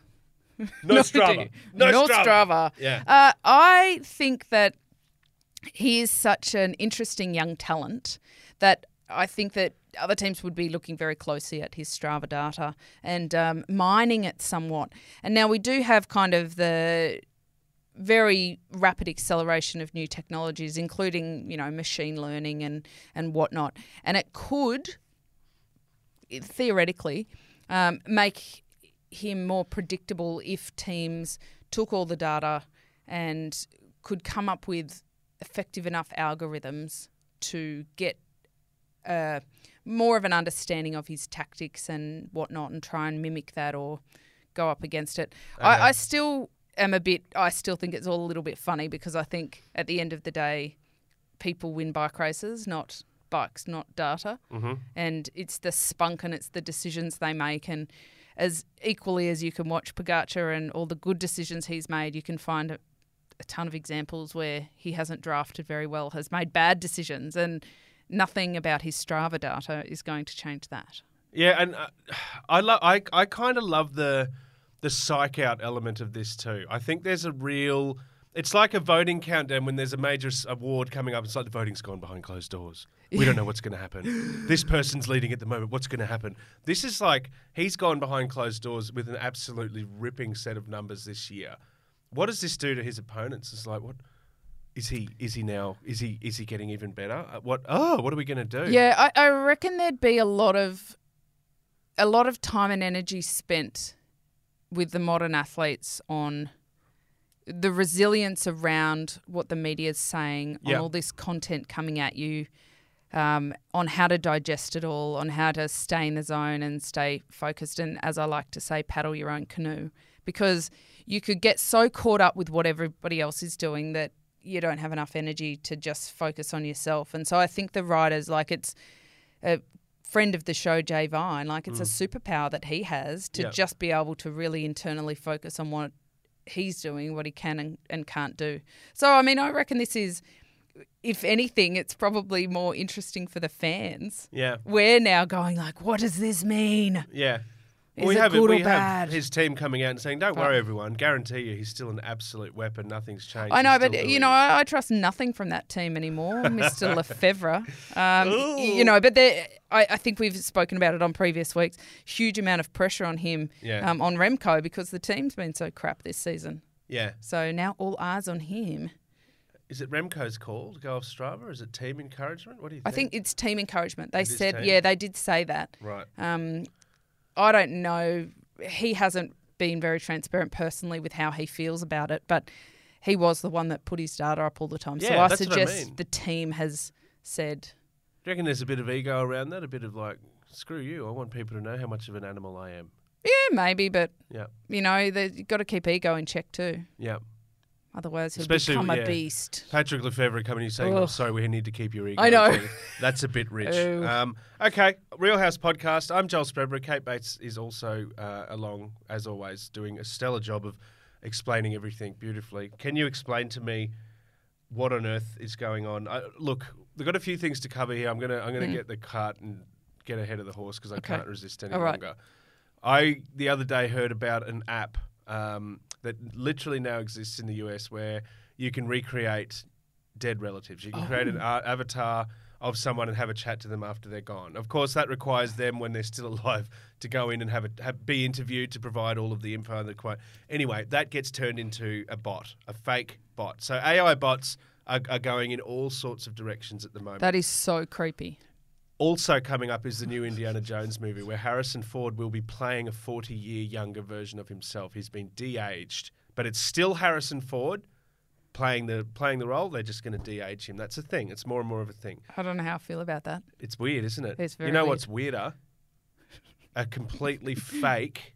[SPEAKER 1] No, Strava.
[SPEAKER 2] deal.
[SPEAKER 1] No,
[SPEAKER 2] No
[SPEAKER 1] Strava.
[SPEAKER 2] Strava.
[SPEAKER 1] Yeah.
[SPEAKER 2] Uh, I think that he is such an interesting young talent that I think that other teams would be looking very closely at his Strava data and um, mining it somewhat. And now we do have kind of the very rapid acceleration of new technologies, including you know machine learning and and whatnot, and it could theoretically um, make him more predictable if teams took all the data and could come up with effective enough algorithms to get uh, more of an understanding of his tactics and whatnot and try and mimic that or go up against it. I, I still am a bit, I still think it's all a little bit funny because I think at the end of the day, people win bike races, not bikes, not data. Mm-hmm. And it's the spunk and it's the decisions they make. And as equally as you can watch Pogacar and all the good decisions he's made, you can find a, a ton of examples where he hasn't drafted very well, has made bad decisions, and nothing about his Strava data is going to change that.
[SPEAKER 1] Yeah, and uh, I love I I kind of love the the psych out element of this too. I think there's a real it's like a voting countdown when there's a major s- award coming up. It's like the voting's gone behind closed doors. We don't know what's going to happen. This person's leading at the moment. What's going to happen? This is like he's gone behind closed doors with an absolutely ripping set of numbers this year. What does this do to his opponents? It's like what is he? Is he now? Is he? Is he getting even better? Uh, What? Oh, what are we going to do?
[SPEAKER 2] Yeah, I, I reckon there'd be a lot of a lot of time and energy spent with the modern athletes on the resilience around what the media's saying,
[SPEAKER 1] Yeah.
[SPEAKER 2] on all this content coming at you, um, on how to digest it all, on how to stay in the zone and stay focused, and as I like to say, paddle your own canoe. Because you could get so caught up with what everybody else is doing that you don't have enough energy to just focus on yourself. And so I think the writers, like it's a friend of the show, Jay Vine, like it's a superpower that he has to
[SPEAKER 1] Yeah.
[SPEAKER 2] just be able to really internally focus on what he's doing, what he can and, and can't do. So, I mean, I reckon this is if anything, it's probably more interesting for the fans.
[SPEAKER 1] Yeah.
[SPEAKER 2] We're now going like, what does this mean?
[SPEAKER 1] Yeah.
[SPEAKER 2] Is
[SPEAKER 1] we
[SPEAKER 2] it
[SPEAKER 1] have
[SPEAKER 2] good or
[SPEAKER 1] we have
[SPEAKER 2] bad?
[SPEAKER 1] his team coming out and saying, "Don't
[SPEAKER 2] But-
[SPEAKER 1] worry, everyone. Guarantee you, he's still an absolute weapon. Nothing's changed."
[SPEAKER 2] I know,
[SPEAKER 1] He's
[SPEAKER 2] but
[SPEAKER 1] still
[SPEAKER 2] you
[SPEAKER 1] doing
[SPEAKER 2] know,
[SPEAKER 1] it."
[SPEAKER 2] I, I trust nothing from that team anymore, Mr. Lefevre. Um, y-
[SPEAKER 1] Ooh.
[SPEAKER 2] you know, but there, I, I think we've spoken about it on previous weeks. Huge amount of pressure on him,
[SPEAKER 1] Yeah.
[SPEAKER 2] um, on Remco, because the team's been so crap this season.
[SPEAKER 1] yeah.
[SPEAKER 2] So now all eyes on him.
[SPEAKER 1] Is it Remco's call to go off Strava? Is it team encouragement? What do you
[SPEAKER 2] I
[SPEAKER 1] think?
[SPEAKER 2] think it's team encouragement. They
[SPEAKER 1] is
[SPEAKER 2] said,
[SPEAKER 1] team.
[SPEAKER 2] yeah, they did say that.
[SPEAKER 1] Right.
[SPEAKER 2] Um, I don't know. He hasn't been very transparent personally with how he feels about it, but he was the one that put his data up all the time. so
[SPEAKER 1] Yeah,
[SPEAKER 2] I
[SPEAKER 1] that's what I
[SPEAKER 2] suggest
[SPEAKER 1] mean.
[SPEAKER 2] the team has said,
[SPEAKER 1] Do you reckon there's a bit of ego around that? A bit of like, "Screw you! I want people to know how much of an animal I am."
[SPEAKER 2] yeah, maybe, but
[SPEAKER 1] Yeah.
[SPEAKER 2] you know, they- you've got to keep ego in check too.
[SPEAKER 1] Yeah.
[SPEAKER 2] Otherwise, he'll
[SPEAKER 1] Especially,
[SPEAKER 2] become
[SPEAKER 1] yeah.
[SPEAKER 2] a beast.
[SPEAKER 1] Patrick Lefevre coming and saying, "I'm
[SPEAKER 2] Ugh.
[SPEAKER 1] sorry, we need to keep your ego."
[SPEAKER 2] I know.
[SPEAKER 1] in check." That's a bit rich.
[SPEAKER 2] Ew.
[SPEAKER 1] um, okay, Real House podcast. I'm Joel Spreadbury. Kate Bates is also uh, along, as always, doing a stellar job of explaining everything beautifully. Can you explain to me what on earth is going on? I, look, we've got a few things to cover here. I'm gonna I'm gonna get the cart and get ahead of the horse because I
[SPEAKER 2] Hmm. Okay.
[SPEAKER 1] can't resist any
[SPEAKER 2] All right.
[SPEAKER 1] longer. I the other day heard about an app um, that literally now exists in the US where you can recreate dead relatives. You can create an a- avatar of someone and have a chat to them after they're gone. Of course, that requires them when they're still alive to go in and have a have, be interviewed to provide all of the info and the quote. Anyway, that gets turned into a bot, a fake bot. So AI bots. Are, are going in all sorts of directions at the moment.
[SPEAKER 2] That is so creepy.
[SPEAKER 1] Also coming up is the new Indiana Jones movie where Harrison Ford will be playing a 40 year younger version of himself. He's been de-aged, but it's still Harrison Ford playing the playing the role. They're just going to de-age him. That's a thing. It's more and more of a thing.
[SPEAKER 2] I don't know how I feel about that.
[SPEAKER 1] It's weird, isn't it?
[SPEAKER 2] It's very
[SPEAKER 1] you know
[SPEAKER 2] weird.
[SPEAKER 1] what's weirder? A completely fake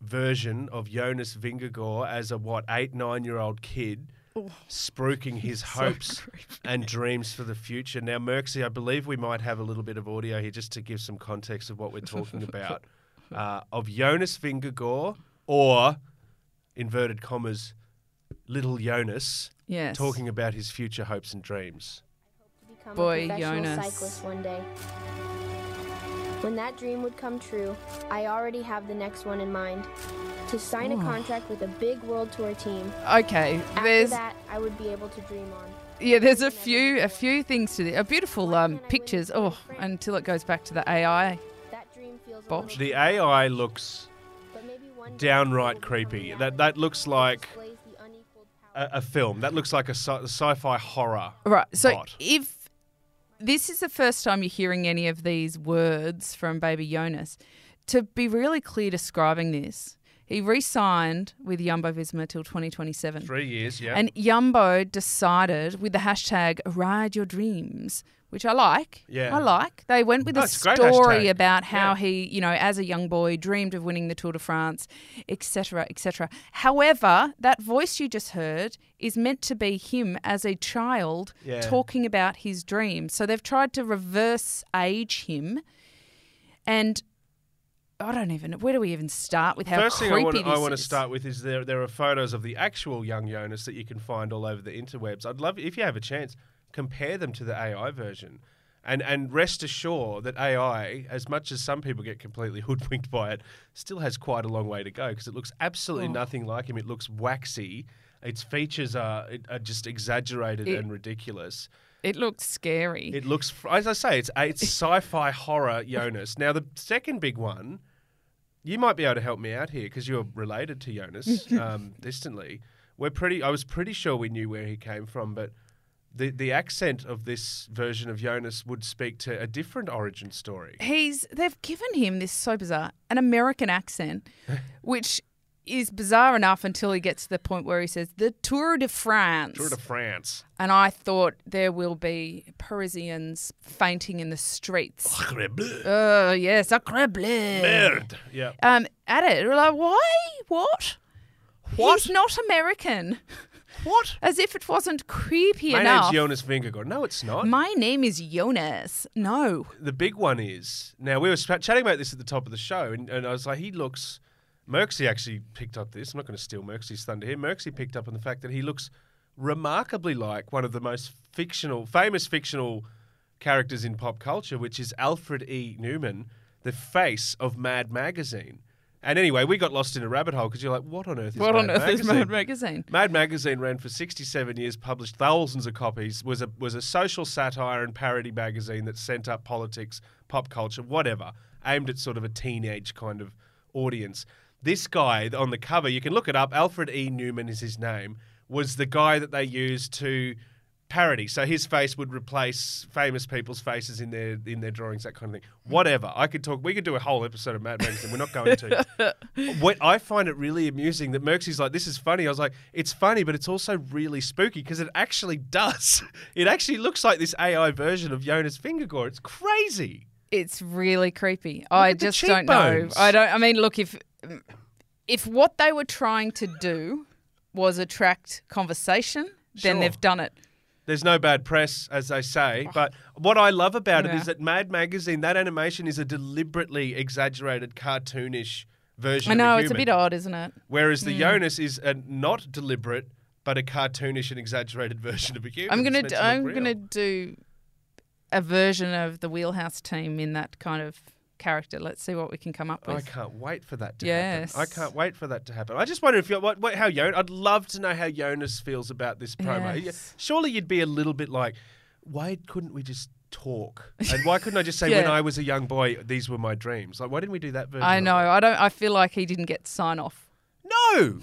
[SPEAKER 1] version of Jonas Vingegaard as a what 8 9 year old kid.
[SPEAKER 2] Oh,
[SPEAKER 1] Spruiking his hopes and dreams for the future. Now, Merxy, I believe we might have a little bit of audio here just to give some context of what we're talking about uh, of Jonas Vingegaard or inverted commas, little Jonas
[SPEAKER 2] Yes.
[SPEAKER 1] talking about his future hopes and dreams.
[SPEAKER 4] become
[SPEAKER 2] Boy,
[SPEAKER 4] a professional
[SPEAKER 2] Jonas.
[SPEAKER 4] cyclist one day. When that dream would come true, I already have the next one in mind. To sign a contract with a big world tour team.
[SPEAKER 2] Okay.
[SPEAKER 4] After
[SPEAKER 2] There's
[SPEAKER 4] that, I would be able to dream on.
[SPEAKER 2] yeah. There's a few a few things to the a beautiful um, pictures. Oh, until it goes back to the AI.
[SPEAKER 4] That dream feels a
[SPEAKER 2] Bob.
[SPEAKER 4] little
[SPEAKER 1] The
[SPEAKER 4] big,
[SPEAKER 1] AI looks
[SPEAKER 4] but maybe one day
[SPEAKER 1] downright
[SPEAKER 4] it will become
[SPEAKER 1] creepy. That,
[SPEAKER 4] reality
[SPEAKER 1] that looks like
[SPEAKER 4] displays the unequaled power
[SPEAKER 1] a, a film. That looks like a sci- sci-fi horror.
[SPEAKER 2] Right. So
[SPEAKER 1] bot.
[SPEAKER 2] if this is the first time you're hearing any of these words from Baby Jonas, to be really clear describing this, he re-signed with Jumbo Visma till 2027.
[SPEAKER 1] Three years, yeah.
[SPEAKER 2] And Yumbo decided with the hashtag Ride Your Dreams, which I like.
[SPEAKER 1] Yeah.
[SPEAKER 2] I like. They went with
[SPEAKER 1] No,
[SPEAKER 2] a
[SPEAKER 1] it's a great
[SPEAKER 2] story
[SPEAKER 1] hashtag.
[SPEAKER 2] about how
[SPEAKER 1] Yeah.
[SPEAKER 2] he, you know, as a young boy dreamed of winning the Tour de France, etc., etc. However, that voice you just heard is meant to be him as a child
[SPEAKER 1] Yeah.
[SPEAKER 2] talking about his dreams. So they've tried to reverse age him and I don't even where do we even start with how
[SPEAKER 1] First thing
[SPEAKER 2] creepy
[SPEAKER 1] I want,
[SPEAKER 2] this
[SPEAKER 1] I want to
[SPEAKER 2] is?
[SPEAKER 1] start with is there there are photos of the actual young Jonas that you can find all over the interwebs. I'd love if you have a chance, compare them to the AI version. And and rest assured that AI, as much as some people get completely hoodwinked by it, still has quite a long way to go because it looks absolutely
[SPEAKER 2] Oh.
[SPEAKER 1] nothing like him. It looks waxy. Its features are, are just exaggerated
[SPEAKER 2] It-
[SPEAKER 1] and ridiculous.
[SPEAKER 2] It looks scary.
[SPEAKER 1] It looks, fr- as I say, it's it's sci-fi horror, Jonas. Now the second big one, you might be able to help me out here because you're related to Jonas um, distantly. We're pretty. I was pretty sure we knew where he came from, but the the accent of this version of Jonas would speak to a different origin story.
[SPEAKER 2] he's they've given him this is so bizarre an American accent, which is bizarre enough until he gets to the point where he says the Tour de France,
[SPEAKER 1] Tour de France.
[SPEAKER 2] and I thought there will be Parisians fainting in the streets. Oh yes, sacre bleu.
[SPEAKER 1] Merde. Yeah.
[SPEAKER 2] Um, at it, we're like why? What?
[SPEAKER 1] What?
[SPEAKER 2] He's not American.
[SPEAKER 1] What?
[SPEAKER 2] As if it wasn't creepy
[SPEAKER 1] My
[SPEAKER 2] enough.
[SPEAKER 1] name's Jonas Vingegaard. No, it's not.
[SPEAKER 2] My name is Jonas. No.
[SPEAKER 1] the big one is now we were sp- chatting about this at the top of the show, and, and I was like, he looks. Merxy actually picked up this. I'm not going to steal Merxy's thunder here. Merxy picked up on the fact that he looks remarkably like one of the most fictional, famous fictional characters in pop culture, which is Alfred E. Newman, the face of Mad Magazine. And anyway, we got lost in a rabbit hole because you're like, what on earth is
[SPEAKER 2] What
[SPEAKER 1] Mad
[SPEAKER 2] on earth is
[SPEAKER 1] Magazine?
[SPEAKER 2] Mad Magazine?
[SPEAKER 1] Mad Magazine ran for 67 years, published thousands of copies, was a, was a social satire and parody magazine that sent up politics, pop culture, whatever, aimed at sort of a teenage kind of audience. This guy on the cover, you can look it up, Alfred E. Newman is his name, was the guy that they used to parody. So his face would replace famous people's faces in their in their drawings, that kind of thing. Whatever. I could talk. We could do a whole episode of Mad Magazine. We're not going to. what I find it really amusing that Merxy's like, this is funny. I was like, it's funny, but it's also really spooky because it actually does. It actually looks like this AI version of Jonas Fingergore. It's crazy.
[SPEAKER 2] It's really creepy. I
[SPEAKER 1] at the
[SPEAKER 2] just don't know.
[SPEAKER 1] cheekbones.
[SPEAKER 2] I don't. I mean, look if if what they were trying to do was attract conversation, then
[SPEAKER 1] Sure.
[SPEAKER 2] they've done it.
[SPEAKER 1] There's no bad press, as they say. But what I love about it
[SPEAKER 2] Yeah.
[SPEAKER 1] is that Mad Magazine, that animation is a deliberately exaggerated, cartoonish version.
[SPEAKER 2] I
[SPEAKER 1] of
[SPEAKER 2] know
[SPEAKER 1] a
[SPEAKER 2] it's a
[SPEAKER 1] human.
[SPEAKER 2] bit odd, isn't it?
[SPEAKER 1] Whereas the Jonas is a not deliberate, but a cartoonish and exaggerated version of a human.
[SPEAKER 2] I'm
[SPEAKER 1] It's
[SPEAKER 2] gonna
[SPEAKER 1] meant
[SPEAKER 2] d-
[SPEAKER 1] to look
[SPEAKER 2] I'm
[SPEAKER 1] real.
[SPEAKER 2] gonna do a version of the wheelhouse team in that kind of character. Let's see what we can come up
[SPEAKER 1] I
[SPEAKER 2] with.
[SPEAKER 1] can't wait for that to
[SPEAKER 2] Yes.
[SPEAKER 1] happen. I can't wait for that to happen. I just wonder if you're, what, what, how Jonas. I'd love to know how Jonas feels about this promo.
[SPEAKER 2] Yes.
[SPEAKER 1] Surely you'd be a little bit like, why couldn't we just talk? And why couldn't I just say,
[SPEAKER 2] Yeah.
[SPEAKER 1] when I was a young boy, these were my dreams? Like, why didn't we do that version?
[SPEAKER 2] I
[SPEAKER 1] of
[SPEAKER 2] know.
[SPEAKER 1] it?
[SPEAKER 2] I don't. I feel like he didn't get sign off.
[SPEAKER 1] No.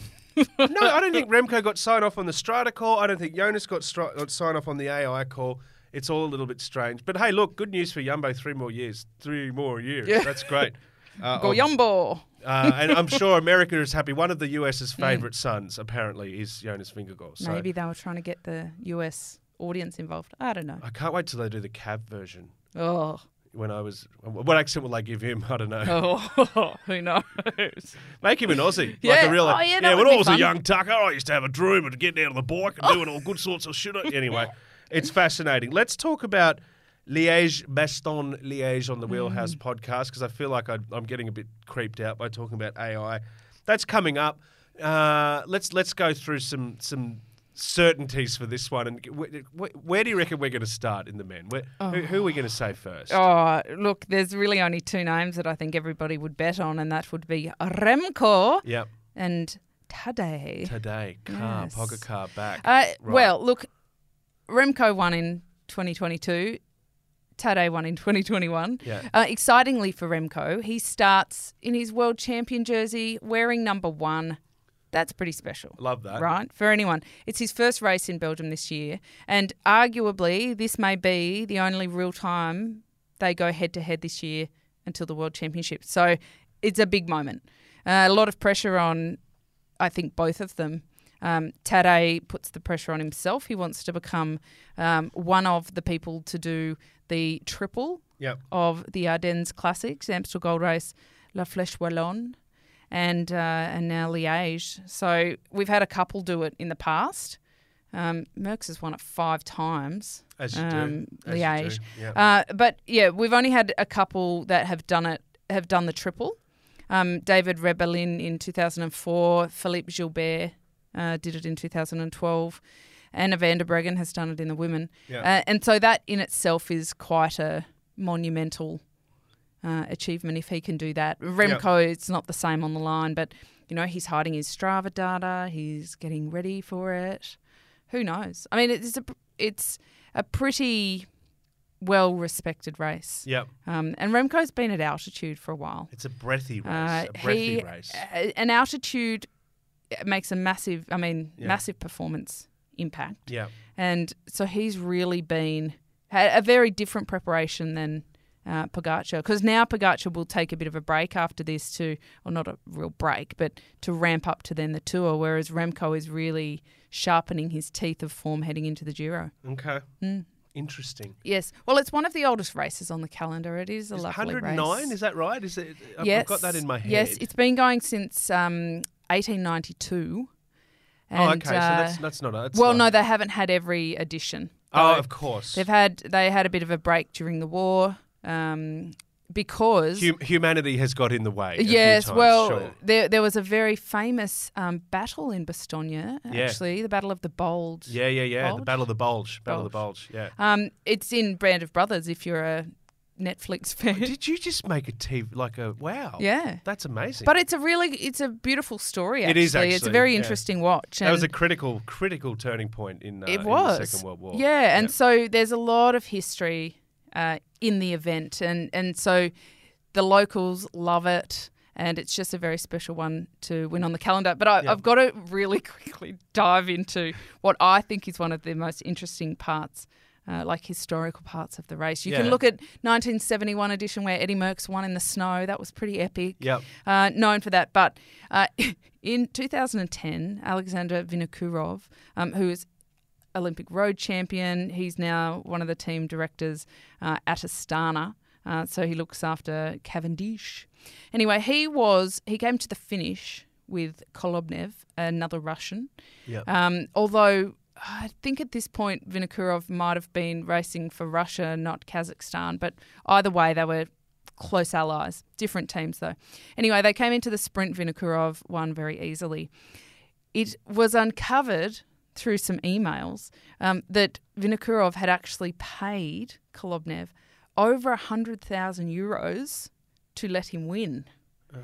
[SPEAKER 1] no, I don't think Remco got signed off on the Strata call. I don't think Jonas got, stri- got signed off on the AI call. It's all a little bit strange. But hey, look, good news for Yumbo. Three more years. Three more years.
[SPEAKER 2] Yeah.
[SPEAKER 1] That's great. Uh,
[SPEAKER 2] Go Yumbo.
[SPEAKER 1] uh, and I'm sure America is happy. One of the US's favourite sons, apparently, is Jonas Vingegaard. So
[SPEAKER 2] Maybe they were trying to get the US audience involved. I don't know.
[SPEAKER 1] I can't wait till they do the cab version.
[SPEAKER 2] Oh,
[SPEAKER 1] When I was, what accent will they give him? I don't know.
[SPEAKER 2] oh who knows?
[SPEAKER 1] Make him an Aussie, like
[SPEAKER 2] Yeah.
[SPEAKER 1] a real.
[SPEAKER 2] Oh, yeah, that
[SPEAKER 1] when
[SPEAKER 2] would
[SPEAKER 1] I
[SPEAKER 2] be
[SPEAKER 1] was a
[SPEAKER 2] fun.
[SPEAKER 1] young tucker, I used to have a dream of getting out of the bike and doing all good sorts of shit. Anyway, it's fascinating. Let's talk about Liège, Baston Liège
[SPEAKER 2] Mm.
[SPEAKER 1] on the Wheelhouse podcast because I feel like I, I'm getting a bit creeped out by talking about AI. That's coming up. Uh, let's let's go through some some certainties for this one. And where, where do you reckon we're going to start in the men? Where, who, who are we going to say first?
[SPEAKER 2] Oh, look, there's really only two names that I think everybody would bet on, and that would be Remco
[SPEAKER 1] Yep,
[SPEAKER 2] and Tadej.
[SPEAKER 1] today, car,
[SPEAKER 2] Yes.
[SPEAKER 1] Pogger car back.
[SPEAKER 2] Uh,
[SPEAKER 1] Right.
[SPEAKER 2] Well, look, Remco won in 2022. Tade won in 2021.
[SPEAKER 1] Yeah.
[SPEAKER 2] Uh, excitingly for Remco, he starts in his world champion jersey wearing number one. That's pretty special.
[SPEAKER 1] Love that.
[SPEAKER 2] Right? For anyone. It's his first race in Belgium this year. And arguably, this may be the only real time they go head to head this year until the World Championship. So it's a big moment. Uh, a lot of pressure on, I think, both of them. Um, Tade puts the pressure on himself. He wants to become um, one of the people to do the triple
[SPEAKER 1] Yep.
[SPEAKER 2] of the Ardennes Classics, Amstel Gold Race, La Flèche Wallonne, and uh, and now Liège. So we've had a couple do it in the past. Um, Merckx has won it five times.
[SPEAKER 1] As you do.
[SPEAKER 2] um,
[SPEAKER 1] As you
[SPEAKER 2] Liège.
[SPEAKER 1] do, yeah.
[SPEAKER 2] Uh, but yeah, we've only had a couple that have done it, have done the triple. Um, David Rebellin in 2004, Philippe Gilbert uh, did it in 2012, Anna Vanderbregen has done it in the women.
[SPEAKER 1] Yeah.
[SPEAKER 2] Uh, and so that in itself is quite a monumental uh, achievement if he can do that. Remco, it's not the same on the line, but you know he's hiding his Strava data. He's getting ready for it. Who knows? I mean, it's a it's a pretty well respected race.
[SPEAKER 1] Yep.
[SPEAKER 2] Um, and Remco's been at altitude for a while.
[SPEAKER 1] It's a breathy race.
[SPEAKER 2] Uh,
[SPEAKER 1] a breathy
[SPEAKER 2] he-
[SPEAKER 1] race.
[SPEAKER 2] a- An altitude makes a massive, I mean,
[SPEAKER 1] Yeah.
[SPEAKER 2] massive performance impact.
[SPEAKER 1] Yeah.
[SPEAKER 2] And so he's really been had a very different preparation than uh, Pogacar because now Pogacar will take a bit of a break after this to, or not a real break, but to ramp up to then the tour. Whereas Remco is really sharpening his teeth of form heading into the Giro.
[SPEAKER 1] Okay.
[SPEAKER 2] mm.
[SPEAKER 1] Interesting.
[SPEAKER 2] Yes, well, it's one of the oldest races on the calendar. It is a
[SPEAKER 1] Is
[SPEAKER 2] lovely
[SPEAKER 1] 109?
[SPEAKER 2] race.
[SPEAKER 1] Is that right? Is it? I've
[SPEAKER 2] yes,
[SPEAKER 1] I've got that in my head.
[SPEAKER 2] Yes, it's been going since um, 1892.
[SPEAKER 1] oh,
[SPEAKER 2] And, uh,
[SPEAKER 1] okay. so that's, that's not. That's
[SPEAKER 2] well,
[SPEAKER 1] not-
[SPEAKER 2] no, they haven't had every edition.
[SPEAKER 1] Oh,
[SPEAKER 2] Though
[SPEAKER 1] of course.
[SPEAKER 2] They've had they had a bit of a break during the war. Um, because
[SPEAKER 1] Hum- humanity has got in the way. a few
[SPEAKER 2] Yes,
[SPEAKER 1] times,
[SPEAKER 2] well, uh,
[SPEAKER 1] sure.
[SPEAKER 2] there there was a very famous um, battle in Bastogne,
[SPEAKER 1] Yeah.
[SPEAKER 2] actually, the Battle of the Bold.
[SPEAKER 1] Yeah, yeah, yeah. The
[SPEAKER 2] Bulge?
[SPEAKER 1] Battle of the Bulge. Battle of the Bulge. Yeah.
[SPEAKER 2] Um, it's in Brand of Brothers if you're a Netflix
[SPEAKER 1] Oh,
[SPEAKER 2] fan.
[SPEAKER 1] Did you just make a TV like a wow?
[SPEAKER 2] Uh, Yeah.
[SPEAKER 1] That's amazing.
[SPEAKER 2] But it's a really, it's a beautiful story.
[SPEAKER 1] It
[SPEAKER 2] Actually.
[SPEAKER 1] is
[SPEAKER 2] It's a
[SPEAKER 1] actually,
[SPEAKER 2] very
[SPEAKER 1] yeah.
[SPEAKER 2] interesting watch.
[SPEAKER 1] that was a
[SPEAKER 2] and
[SPEAKER 1] critical, critical turning point in, uh,
[SPEAKER 2] um, it
[SPEAKER 1] in
[SPEAKER 2] was
[SPEAKER 1] the Second World War.
[SPEAKER 2] Yeah, and so there's a lot of history uh, in the event, and and so the locals love it. And it's just a very special one to win on the calendar. But I, I've got to really quickly dive into what I think is one of the most interesting parts, uh, like historical parts of the race. You can
[SPEAKER 1] Yeah.
[SPEAKER 2] look at 1971 edition where Eddie Merckx won in the snow. That was pretty epic
[SPEAKER 1] Yep.
[SPEAKER 2] uh, known for that. But uh, in 2010, Alexander Vinokurov, um, who is Olympic road champion, he's now one of the team directors uh, at Astana. Uh, so he looks after Cavendish. Anyway, he was he came to the finish with Kolobnev, another Russian.
[SPEAKER 1] Yep.
[SPEAKER 2] Um, although I think at this point Vinokurov might have been racing for Russia, not Kazakhstan. But either way, they were close allies, different teams though. Anyway, they came into the sprint. Vinokurov won very easily. It was uncovered through some emails um, that Vinokurov had actually paid Kolobnev over 100,000 euros to let him win.
[SPEAKER 1] Oh.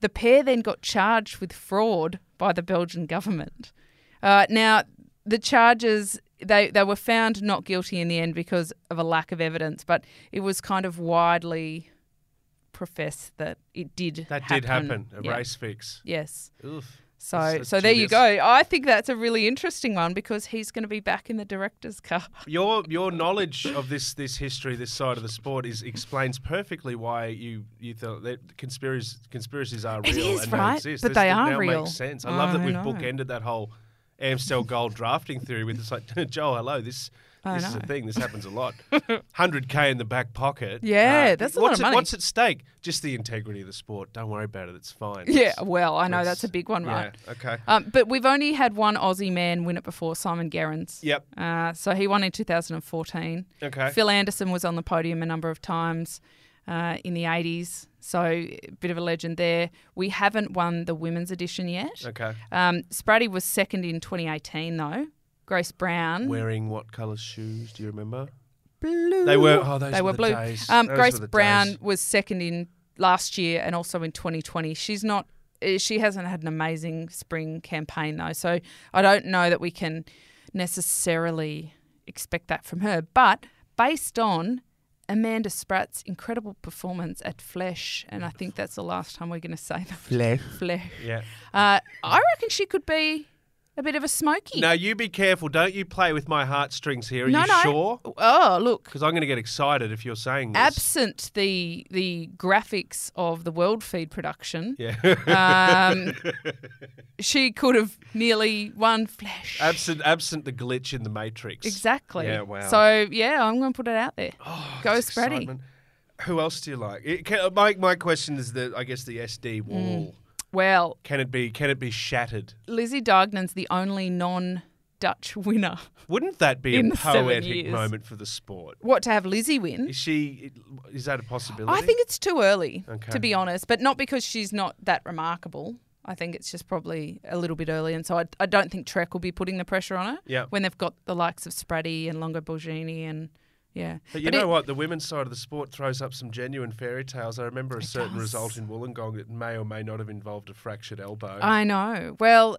[SPEAKER 2] The pair then got charged with fraud by the Belgian government. Uh, now, the charges they they were found not guilty in the end because of a lack of evidence, but it was kind of widely professed that it did
[SPEAKER 1] that
[SPEAKER 2] happen.
[SPEAKER 1] did happen. A
[SPEAKER 2] Yeah.
[SPEAKER 1] race fix.
[SPEAKER 2] Yes.
[SPEAKER 1] Oof.
[SPEAKER 2] So
[SPEAKER 1] That's-
[SPEAKER 2] so
[SPEAKER 1] that's
[SPEAKER 2] there you
[SPEAKER 1] genius.
[SPEAKER 2] go. I think that's a really interesting one because he's going to be back in the director's car.
[SPEAKER 1] Your your knowledge of this this history, this side of the sport, is explains perfectly why you you thought that conspiracies conspiracies are
[SPEAKER 2] It
[SPEAKER 1] real
[SPEAKER 2] is,
[SPEAKER 1] and
[SPEAKER 2] right,
[SPEAKER 1] they exist.
[SPEAKER 2] but
[SPEAKER 1] This-
[SPEAKER 2] they
[SPEAKER 1] it
[SPEAKER 2] are
[SPEAKER 1] now
[SPEAKER 2] real.
[SPEAKER 1] Makes sense. I
[SPEAKER 2] I
[SPEAKER 1] love that we've
[SPEAKER 2] know.
[SPEAKER 1] bookended that whole Amstel Gold drafting theory with it's like Joel, hello, this.
[SPEAKER 2] I
[SPEAKER 1] This is a
[SPEAKER 2] know.
[SPEAKER 1] thing. This happens a lot. 100k in the back pocket. Uh,
[SPEAKER 2] Yeah, that's a lot
[SPEAKER 1] what's
[SPEAKER 2] of
[SPEAKER 1] at-
[SPEAKER 2] money.
[SPEAKER 1] What's at stake? Just the integrity of the sport. Don't worry about it. It's fine.
[SPEAKER 2] Yeah,
[SPEAKER 1] It's-
[SPEAKER 2] well, I know
[SPEAKER 1] that's-
[SPEAKER 2] that's a big one, right?
[SPEAKER 1] Yeah. Okay.
[SPEAKER 2] Um, but we've only had one Aussie man win it before, Simon Gerrans.
[SPEAKER 1] Yep.
[SPEAKER 2] Uh, so he won in 2014.
[SPEAKER 1] Okay.
[SPEAKER 2] Phil Anderson was on the podium a number of times uh, in the 80s. So a bit of a legend there. We haven't won the women's edition yet.
[SPEAKER 1] Okay.
[SPEAKER 2] Um, Spratty was second in 2018, though. Grace Brown.
[SPEAKER 1] Wearing what colour shoes? Do you remember?
[SPEAKER 2] Mm. blue.
[SPEAKER 1] They were- oh, those
[SPEAKER 2] they
[SPEAKER 1] were
[SPEAKER 2] were
[SPEAKER 1] the
[SPEAKER 2] blue.
[SPEAKER 1] days.
[SPEAKER 2] Um,
[SPEAKER 1] Those
[SPEAKER 2] Grace
[SPEAKER 1] were the
[SPEAKER 2] Brown
[SPEAKER 1] days.
[SPEAKER 2] was second in last year and also in 2020. She's not. eh, She hasn't had an amazing spring campaign though, so I don't know that we can necessarily expect that from her. But based on Amanda Spratt's incredible performance at Flesh, and I think that's the last time we're going to say that. Flesh. Flesh.
[SPEAKER 1] Yeah.
[SPEAKER 2] Uh, I reckon she could be a bit of a smoky.
[SPEAKER 1] Now you be careful. Don't you play with my heartstrings here. Are
[SPEAKER 2] no,
[SPEAKER 1] you
[SPEAKER 2] no.
[SPEAKER 1] sure?
[SPEAKER 2] Oh, look.
[SPEAKER 1] Because I'm going to get excited if you're saying this.
[SPEAKER 2] absent the the graphics of the world feed production
[SPEAKER 1] Yeah.
[SPEAKER 2] um, she could have nearly won flash
[SPEAKER 1] absent, absent the glitch in the matrix.
[SPEAKER 2] exactly
[SPEAKER 1] Yeah, wow.
[SPEAKER 2] so yeah i'm gonna put it out there go
[SPEAKER 1] That's
[SPEAKER 2] spready
[SPEAKER 1] excitement. Oh, Who else do you like? It, can, my my question is the I guess the SD
[SPEAKER 2] Hmm.
[SPEAKER 1] wall.
[SPEAKER 2] well
[SPEAKER 1] Can it be? Can it be shattered?
[SPEAKER 2] lizzie Dignan's the only non dutch winner
[SPEAKER 1] Wouldn't that be
[SPEAKER 2] In
[SPEAKER 1] a
[SPEAKER 2] the seven
[SPEAKER 1] poetic
[SPEAKER 2] years.
[SPEAKER 1] moment for the sport?
[SPEAKER 2] what to have lizzie win
[SPEAKER 1] Is she? Is that a possibility?
[SPEAKER 2] I think it's too early,
[SPEAKER 1] Okay.
[SPEAKER 2] to be honest, but not because she's not that remarkable. I think it's just probably a little bit early, and so I, I don't think Trek will be putting the pressure on her.
[SPEAKER 1] Yeah.
[SPEAKER 2] When they've got the likes of Spratty and Longo Borghini and yeah.
[SPEAKER 1] But you
[SPEAKER 2] But
[SPEAKER 1] know
[SPEAKER 2] it-
[SPEAKER 1] what? The women's side of the sport throws up some genuine fairy tales. I remember a certain
[SPEAKER 2] does.
[SPEAKER 1] result in Wollongong that may or may not have involved a fractured elbow.
[SPEAKER 2] I know. Well,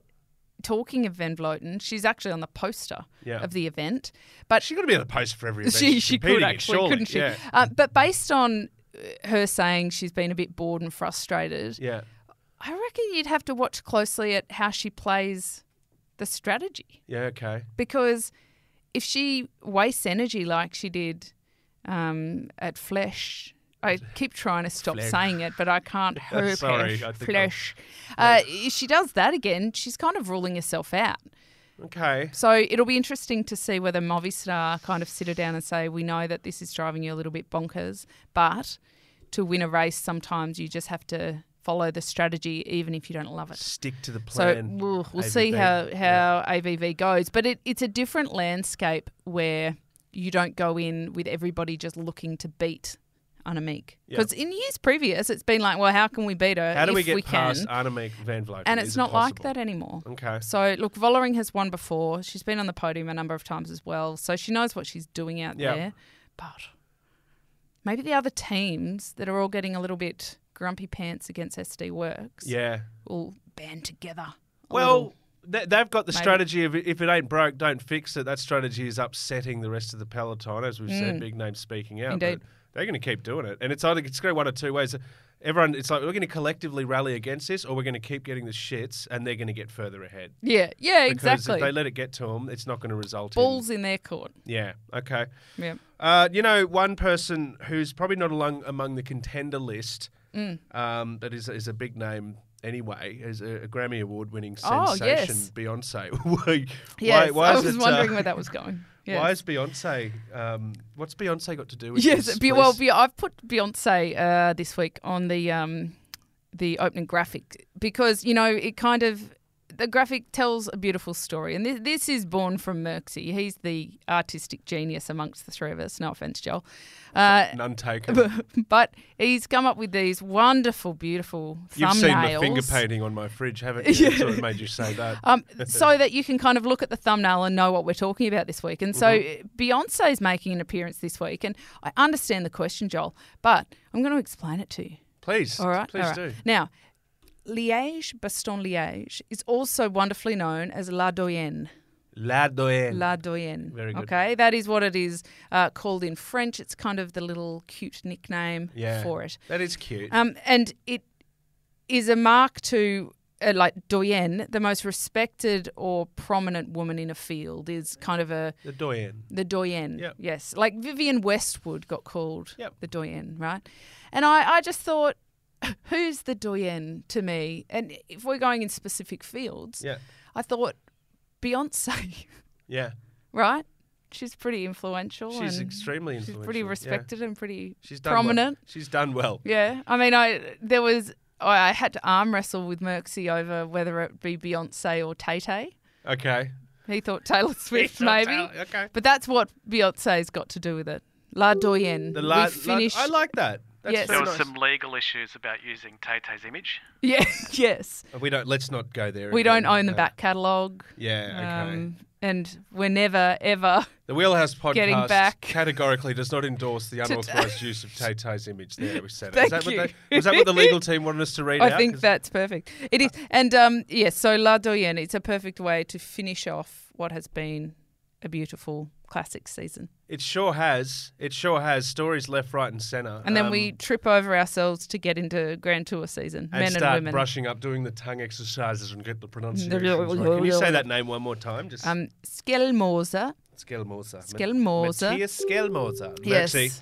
[SPEAKER 2] talking of Van Vloten, she's actually on the poster
[SPEAKER 1] Yeah.
[SPEAKER 2] of the event, but
[SPEAKER 1] She's got to be on the post for every event.
[SPEAKER 2] she
[SPEAKER 1] she's
[SPEAKER 2] she
[SPEAKER 1] competing
[SPEAKER 2] could
[SPEAKER 1] in,
[SPEAKER 2] actually,
[SPEAKER 1] surely.
[SPEAKER 2] couldn't she?
[SPEAKER 1] Yeah.
[SPEAKER 2] Uh, but based on uh, her saying she's been a bit bored and frustrated,
[SPEAKER 1] yeah.
[SPEAKER 2] I reckon you'd have to watch closely at how she plays the strategy
[SPEAKER 1] Yeah, okay.
[SPEAKER 2] because if she wastes energy like she did um, at Flesh, I keep trying to stop
[SPEAKER 1] Flesh.
[SPEAKER 2] saying it, but I can't. Her
[SPEAKER 1] Sorry, I think I'm-
[SPEAKER 2] Flesh. Uh, if she does that again, she's kind of ruling herself out.
[SPEAKER 1] Okay.
[SPEAKER 2] So it'll be interesting to see whether Movistar kind of sit her down and say, "We know that this is driving you a little bit bonkers, but to win a race, sometimes you just have to follow the strategy, even if you don't love it."
[SPEAKER 1] Stick to the
[SPEAKER 2] So
[SPEAKER 1] plan.
[SPEAKER 2] we'll,
[SPEAKER 1] ABV.
[SPEAKER 2] we'll see how, how AVV goes. But it, it's a different landscape where you don't go in with everybody just looking to beat Annemiek.
[SPEAKER 1] Yeah.
[SPEAKER 2] Because in years previous, it's been like, well, how can we beat her
[SPEAKER 1] How do
[SPEAKER 2] if
[SPEAKER 1] we get past
[SPEAKER 2] can?
[SPEAKER 1] Annemiek van Vleuten?
[SPEAKER 2] and
[SPEAKER 1] Is
[SPEAKER 2] it's
[SPEAKER 1] it
[SPEAKER 2] not like
[SPEAKER 1] possible?
[SPEAKER 2] that anymore.
[SPEAKER 1] Okay.
[SPEAKER 2] So look, Vollering has won before. She's been on the podium a number of times as well, so she knows what she's doing out
[SPEAKER 1] Yeah.
[SPEAKER 2] there. But maybe the other teams that are all getting a little bit grumpy pants against SD Works
[SPEAKER 1] Yeah.
[SPEAKER 2] will band together. a
[SPEAKER 1] Well,
[SPEAKER 2] little.
[SPEAKER 1] they, they've got the
[SPEAKER 2] Maybe.
[SPEAKER 1] strategy of if it ain't broke, don't fix it. That strategy is upsetting the rest of the peloton, as we've said. Big names speaking out.
[SPEAKER 2] Mm. Indeed.
[SPEAKER 1] but They're going to keep doing it, and it's either it's going to one of two ways. Everyone, it's like we're going to collectively rally against this, or we're going to keep getting the shits, and they're going to get further ahead.
[SPEAKER 2] yeah, yeah,
[SPEAKER 1] Because
[SPEAKER 2] exactly.
[SPEAKER 1] if they let it get to them, it's not going to result
[SPEAKER 2] Balls in their court.
[SPEAKER 1] in. Yeah. Okay.
[SPEAKER 2] Yeah.
[SPEAKER 1] Uh, you know, one person who's probably not along among the contender list,
[SPEAKER 2] Mm.
[SPEAKER 1] um, but is is a big name anyway, is a, a Grammy Award winning
[SPEAKER 2] Oh,
[SPEAKER 1] sensation,
[SPEAKER 2] yes.
[SPEAKER 1] Beyonce. why,
[SPEAKER 2] Yes,
[SPEAKER 1] why
[SPEAKER 2] I
[SPEAKER 1] is
[SPEAKER 2] was
[SPEAKER 1] it, uh,
[SPEAKER 2] wondering where that was going. Yes.
[SPEAKER 1] Why is Beyonce? Um, what's Beyonce got to do with
[SPEAKER 2] Yes,
[SPEAKER 1] this?
[SPEAKER 2] be, well,
[SPEAKER 1] please?
[SPEAKER 2] be, I've put Beyonce uh, this week on the um, the opening graphic because you know it kind of the graphic tells a beautiful story, and this, this is born from Merxy. He's the artistic genius amongst the three of us. No offense, Joel, uh,
[SPEAKER 1] none taken.
[SPEAKER 2] but he's come up with these wonderful, beautiful thumbnails.
[SPEAKER 1] You've seen the finger painting on my fridge, haven't you? That's what made you say that.
[SPEAKER 2] um, so that you can kind of look at the thumbnail and know what we're talking about this week. And so
[SPEAKER 1] Mm-hmm.
[SPEAKER 2] Beyonce is making an appearance this week, and I understand the question, Joel, but I'm going to explain it to you.
[SPEAKER 1] please,
[SPEAKER 2] All right,
[SPEAKER 1] please
[SPEAKER 2] all right.
[SPEAKER 1] do.
[SPEAKER 2] Now, Liège Baston Liège is also wonderfully known as La Doyenne.
[SPEAKER 1] La Doyenne.
[SPEAKER 2] La Doyenne.
[SPEAKER 1] Mm. Very good.
[SPEAKER 2] Okay, that is what it is uh, called in French. It's kind of the little cute nickname
[SPEAKER 1] yeah,
[SPEAKER 2] for it.
[SPEAKER 1] That is cute.
[SPEAKER 2] Um, and it is a mark to uh, like doyenne, the most respected or prominent woman in a field, is kind of a
[SPEAKER 1] the Doyenne.
[SPEAKER 2] the doyenne.
[SPEAKER 1] Yep.
[SPEAKER 2] Yes, like Vivian Westwood got called
[SPEAKER 1] Yep.
[SPEAKER 2] the doyenne, right? And I, I just thought, who's the doyenne to me? And if we're going in specific fields,
[SPEAKER 1] Yeah,
[SPEAKER 2] I thought Beyonce,
[SPEAKER 1] yeah.
[SPEAKER 2] right? She's pretty influential.
[SPEAKER 1] She's
[SPEAKER 2] and
[SPEAKER 1] extremely
[SPEAKER 2] She's
[SPEAKER 1] influential.
[SPEAKER 2] pretty
[SPEAKER 1] yeah.
[SPEAKER 2] respected and pretty
[SPEAKER 1] She's done well.
[SPEAKER 2] prominent.
[SPEAKER 1] She's done well.
[SPEAKER 2] Yeah, I mean, I there was I I had to arm wrestle with Merxy over whether it be Beyonce or Tay Tay.
[SPEAKER 1] Okay.
[SPEAKER 2] He thought Taylor Swift
[SPEAKER 1] Not
[SPEAKER 2] maybe,
[SPEAKER 1] Taylor- Okay.
[SPEAKER 2] but that's what Beyonce's got to do with it. La Doyenne.
[SPEAKER 1] The la-
[SPEAKER 2] we finished.
[SPEAKER 1] la- I like that. That's
[SPEAKER 2] Yes.
[SPEAKER 1] very
[SPEAKER 3] There
[SPEAKER 2] Very
[SPEAKER 3] were
[SPEAKER 1] nice.
[SPEAKER 3] some legal issues about using Tay Tay's image.
[SPEAKER 2] yeah, yes.
[SPEAKER 1] We don't. Let's not go there.
[SPEAKER 2] We
[SPEAKER 1] again.
[SPEAKER 2] don't own the
[SPEAKER 1] Uh,
[SPEAKER 2] back catalogue.
[SPEAKER 1] Yeah. Okay.
[SPEAKER 2] Um, and we're never ever.
[SPEAKER 1] the Wheelhouse podcast
[SPEAKER 2] getting back-
[SPEAKER 1] categorically does not endorse the unauthorized use of Tay Tay's image. There, we said. it.
[SPEAKER 2] Thank
[SPEAKER 1] Is that
[SPEAKER 2] you.
[SPEAKER 1] What they, was that what the legal team wanted us to read
[SPEAKER 2] I
[SPEAKER 1] out?
[SPEAKER 2] think
[SPEAKER 1] 'Cause-
[SPEAKER 2] that's perfect. It is, and um, yes. so La Doyenne. It's a perfect way to finish off what has been a beautiful classic season.
[SPEAKER 1] it sure has. It sure has stories left, right, and center.
[SPEAKER 2] And then
[SPEAKER 1] Um,
[SPEAKER 2] we trip over ourselves to get into Grand Tour season,
[SPEAKER 1] and
[SPEAKER 2] men
[SPEAKER 1] start
[SPEAKER 2] and women.
[SPEAKER 1] brushing up, doing the tongue exercises, and get the pronunciations. right. Can you say that name one more time? Just
[SPEAKER 2] Um, Skelmorza.
[SPEAKER 1] Skelmoser.
[SPEAKER 2] Skelmoser.
[SPEAKER 1] Matthias Skelmoser.
[SPEAKER 2] Yes.
[SPEAKER 1] Merci.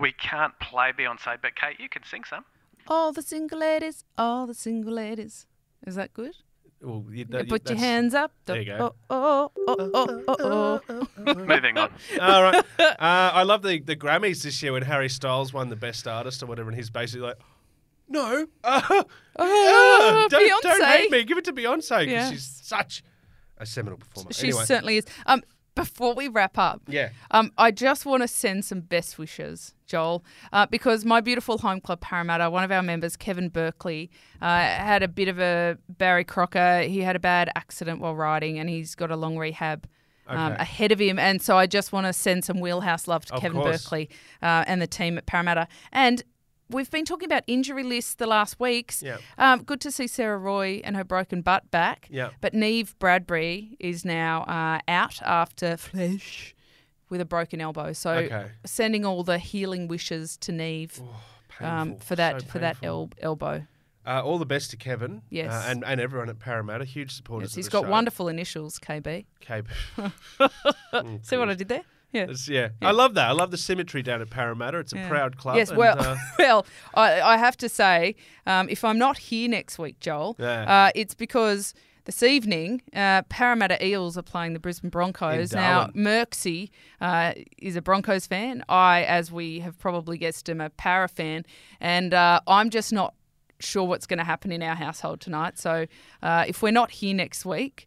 [SPEAKER 3] We can't play Beyonce, but Kate, you can sing some.
[SPEAKER 2] All the single ladies, all the single ladies. Is that good?
[SPEAKER 1] Well, you-
[SPEAKER 2] Yeah,
[SPEAKER 1] that- you-
[SPEAKER 2] Put your
[SPEAKER 1] Uh, that's-
[SPEAKER 2] hands up.
[SPEAKER 1] there you go.
[SPEAKER 2] Oh, oh, oh, oh, oh, oh, oh.
[SPEAKER 3] Moving on.
[SPEAKER 1] All right. Uh, I love the, the Grammys this year when Harry Styles won the Best Artist or whatever, and he's basically like, no, uh, uh, don't, don't
[SPEAKER 2] Beyonce."
[SPEAKER 1] hate me. Give it to Beyonce because
[SPEAKER 2] Yeah.
[SPEAKER 1] she's such a seminal performer.
[SPEAKER 2] She
[SPEAKER 1] anyway,
[SPEAKER 2] certainly is. Um, before we wrap up,
[SPEAKER 1] yeah.
[SPEAKER 2] Um, I just want to send some best wishes, Joel, uh, because my beautiful home club Parramatta, one of our members, Kevin Berkeley, uh, had a bit of a Barry Crocker. He had a bad accident while riding, and he's got a long rehab. Um,
[SPEAKER 1] Okay.
[SPEAKER 2] ahead of him, and so I just want to send some wheelhouse love to
[SPEAKER 1] Of
[SPEAKER 2] Kevin
[SPEAKER 1] course.
[SPEAKER 2] Berkeley uh, and the team at Parramatta. And we've been talking about injury lists the last weeks.
[SPEAKER 1] Yeah.
[SPEAKER 2] Um, good to see Sarah Roy and her broken butt back.
[SPEAKER 1] Yeah.
[SPEAKER 2] But Neve Bradbury is now uh, out after flesh with a broken elbow. So
[SPEAKER 1] Okay. Oh,
[SPEAKER 2] sending all the healing wishes to Neve um,
[SPEAKER 1] Painful,
[SPEAKER 2] for that
[SPEAKER 1] so
[SPEAKER 2] for that
[SPEAKER 1] painful.
[SPEAKER 2] el- elbow.
[SPEAKER 1] Uh, all the best to Kevin.
[SPEAKER 2] Yes.
[SPEAKER 1] uh, and, and everyone at Parramatta. Huge supporters.
[SPEAKER 2] Yes, he's
[SPEAKER 1] of the
[SPEAKER 2] got
[SPEAKER 1] show.
[SPEAKER 2] wonderful initials, KB.
[SPEAKER 1] Cape. Mm,
[SPEAKER 2] See what I did there? Yeah.
[SPEAKER 1] It's- yeah. I love that. I love the symmetry down at Parramatta. It's a proud club.
[SPEAKER 2] Yes,
[SPEAKER 1] and,
[SPEAKER 2] well,
[SPEAKER 1] uh,
[SPEAKER 2] well, I, I have to say, um, if I'm not here next week, Joel,
[SPEAKER 1] Yeah.
[SPEAKER 2] uh, it's because this evening uh, Parramatta Eels are playing the Brisbane Broncos.
[SPEAKER 1] In
[SPEAKER 2] Now,
[SPEAKER 1] Darwin.
[SPEAKER 2] Merxy uh, is a Broncos fan. I, as we have probably guessed, am a Para fan, and uh, I'm just not sure what's going to happen in our household tonight. So, uh, if we're not here next week.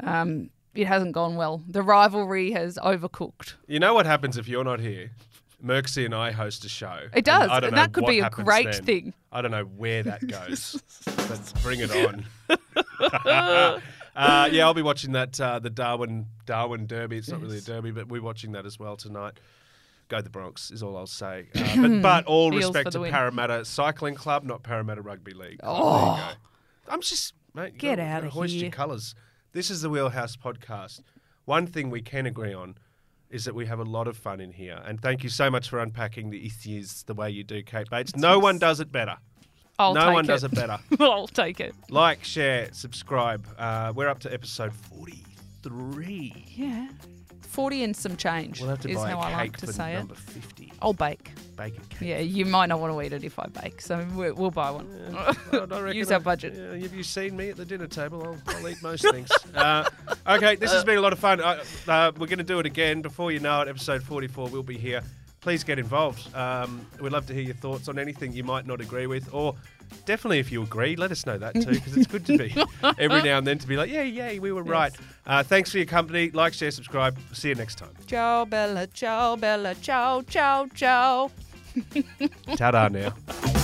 [SPEAKER 2] Um, it hasn't gone well. The rivalry has overcooked.
[SPEAKER 1] you know what happens if you're not here? Merxie and I host a show.
[SPEAKER 2] It does,
[SPEAKER 1] And I don't
[SPEAKER 2] and
[SPEAKER 1] know
[SPEAKER 2] that could
[SPEAKER 1] what
[SPEAKER 2] be a
[SPEAKER 1] happens
[SPEAKER 2] great
[SPEAKER 1] then.
[SPEAKER 2] thing.
[SPEAKER 1] I don't know where that goes. Let's bring it on. uh, yeah, I'll be watching that uh, the Darwin Darwin Derby. It's not really a derby, but we're watching that as well tonight. Go the Bronx is all I'll say. Uh, but, but all
[SPEAKER 2] Eels
[SPEAKER 1] respect
[SPEAKER 2] for the
[SPEAKER 1] to
[SPEAKER 2] win.
[SPEAKER 1] Parramatta Cycling Club, not Parramatta Rugby League. Oh, I'm just mate. you
[SPEAKER 2] Get
[SPEAKER 1] gotta-
[SPEAKER 2] outta
[SPEAKER 1] gotta hoist
[SPEAKER 2] here.
[SPEAKER 1] your colours. This is the Wheelhouse Podcast. One thing we can agree on is that we have a lot of fun in here, and thank you so much for unpacking the issues the way you do, Kate Bates. No one does it better.
[SPEAKER 2] I'll
[SPEAKER 1] no
[SPEAKER 2] take
[SPEAKER 1] one
[SPEAKER 2] it.
[SPEAKER 1] does it better.
[SPEAKER 2] I'll take it.
[SPEAKER 1] like, share, subscribe. Uh, we're up to episode forty-three.
[SPEAKER 2] Yeah. 40 and some change
[SPEAKER 1] We'll have to
[SPEAKER 2] is
[SPEAKER 1] buy
[SPEAKER 2] how
[SPEAKER 1] a
[SPEAKER 2] I
[SPEAKER 1] cake
[SPEAKER 2] like to
[SPEAKER 1] for
[SPEAKER 2] say it.
[SPEAKER 1] number fifty.
[SPEAKER 2] I'll bake.
[SPEAKER 1] Bake a cake.
[SPEAKER 2] Yeah, you might not want to eat it if I bake, so we- we'll buy one.
[SPEAKER 1] I reckon
[SPEAKER 2] Use our
[SPEAKER 1] I've-
[SPEAKER 2] budget.
[SPEAKER 1] Yeah, have you seen me at the dinner table? I'll, I'll eat most things. Uh, okay, this has been a lot of fun. Uh, uh, we're going to do it again. Before you know it, episode 44 will be here. Please get involved. Um, we'd love to hear your thoughts on anything you might not agree with, or definitely if you agree, let us know that too, because it's good to be every now and then to be like, yeah, yeah, we were right. Uh, thanks for your company. Like, share, subscribe. See you next time.
[SPEAKER 2] Ciao, Bella. Ciao, Bella. Ciao, ciao, ciao.
[SPEAKER 1] Ta da now.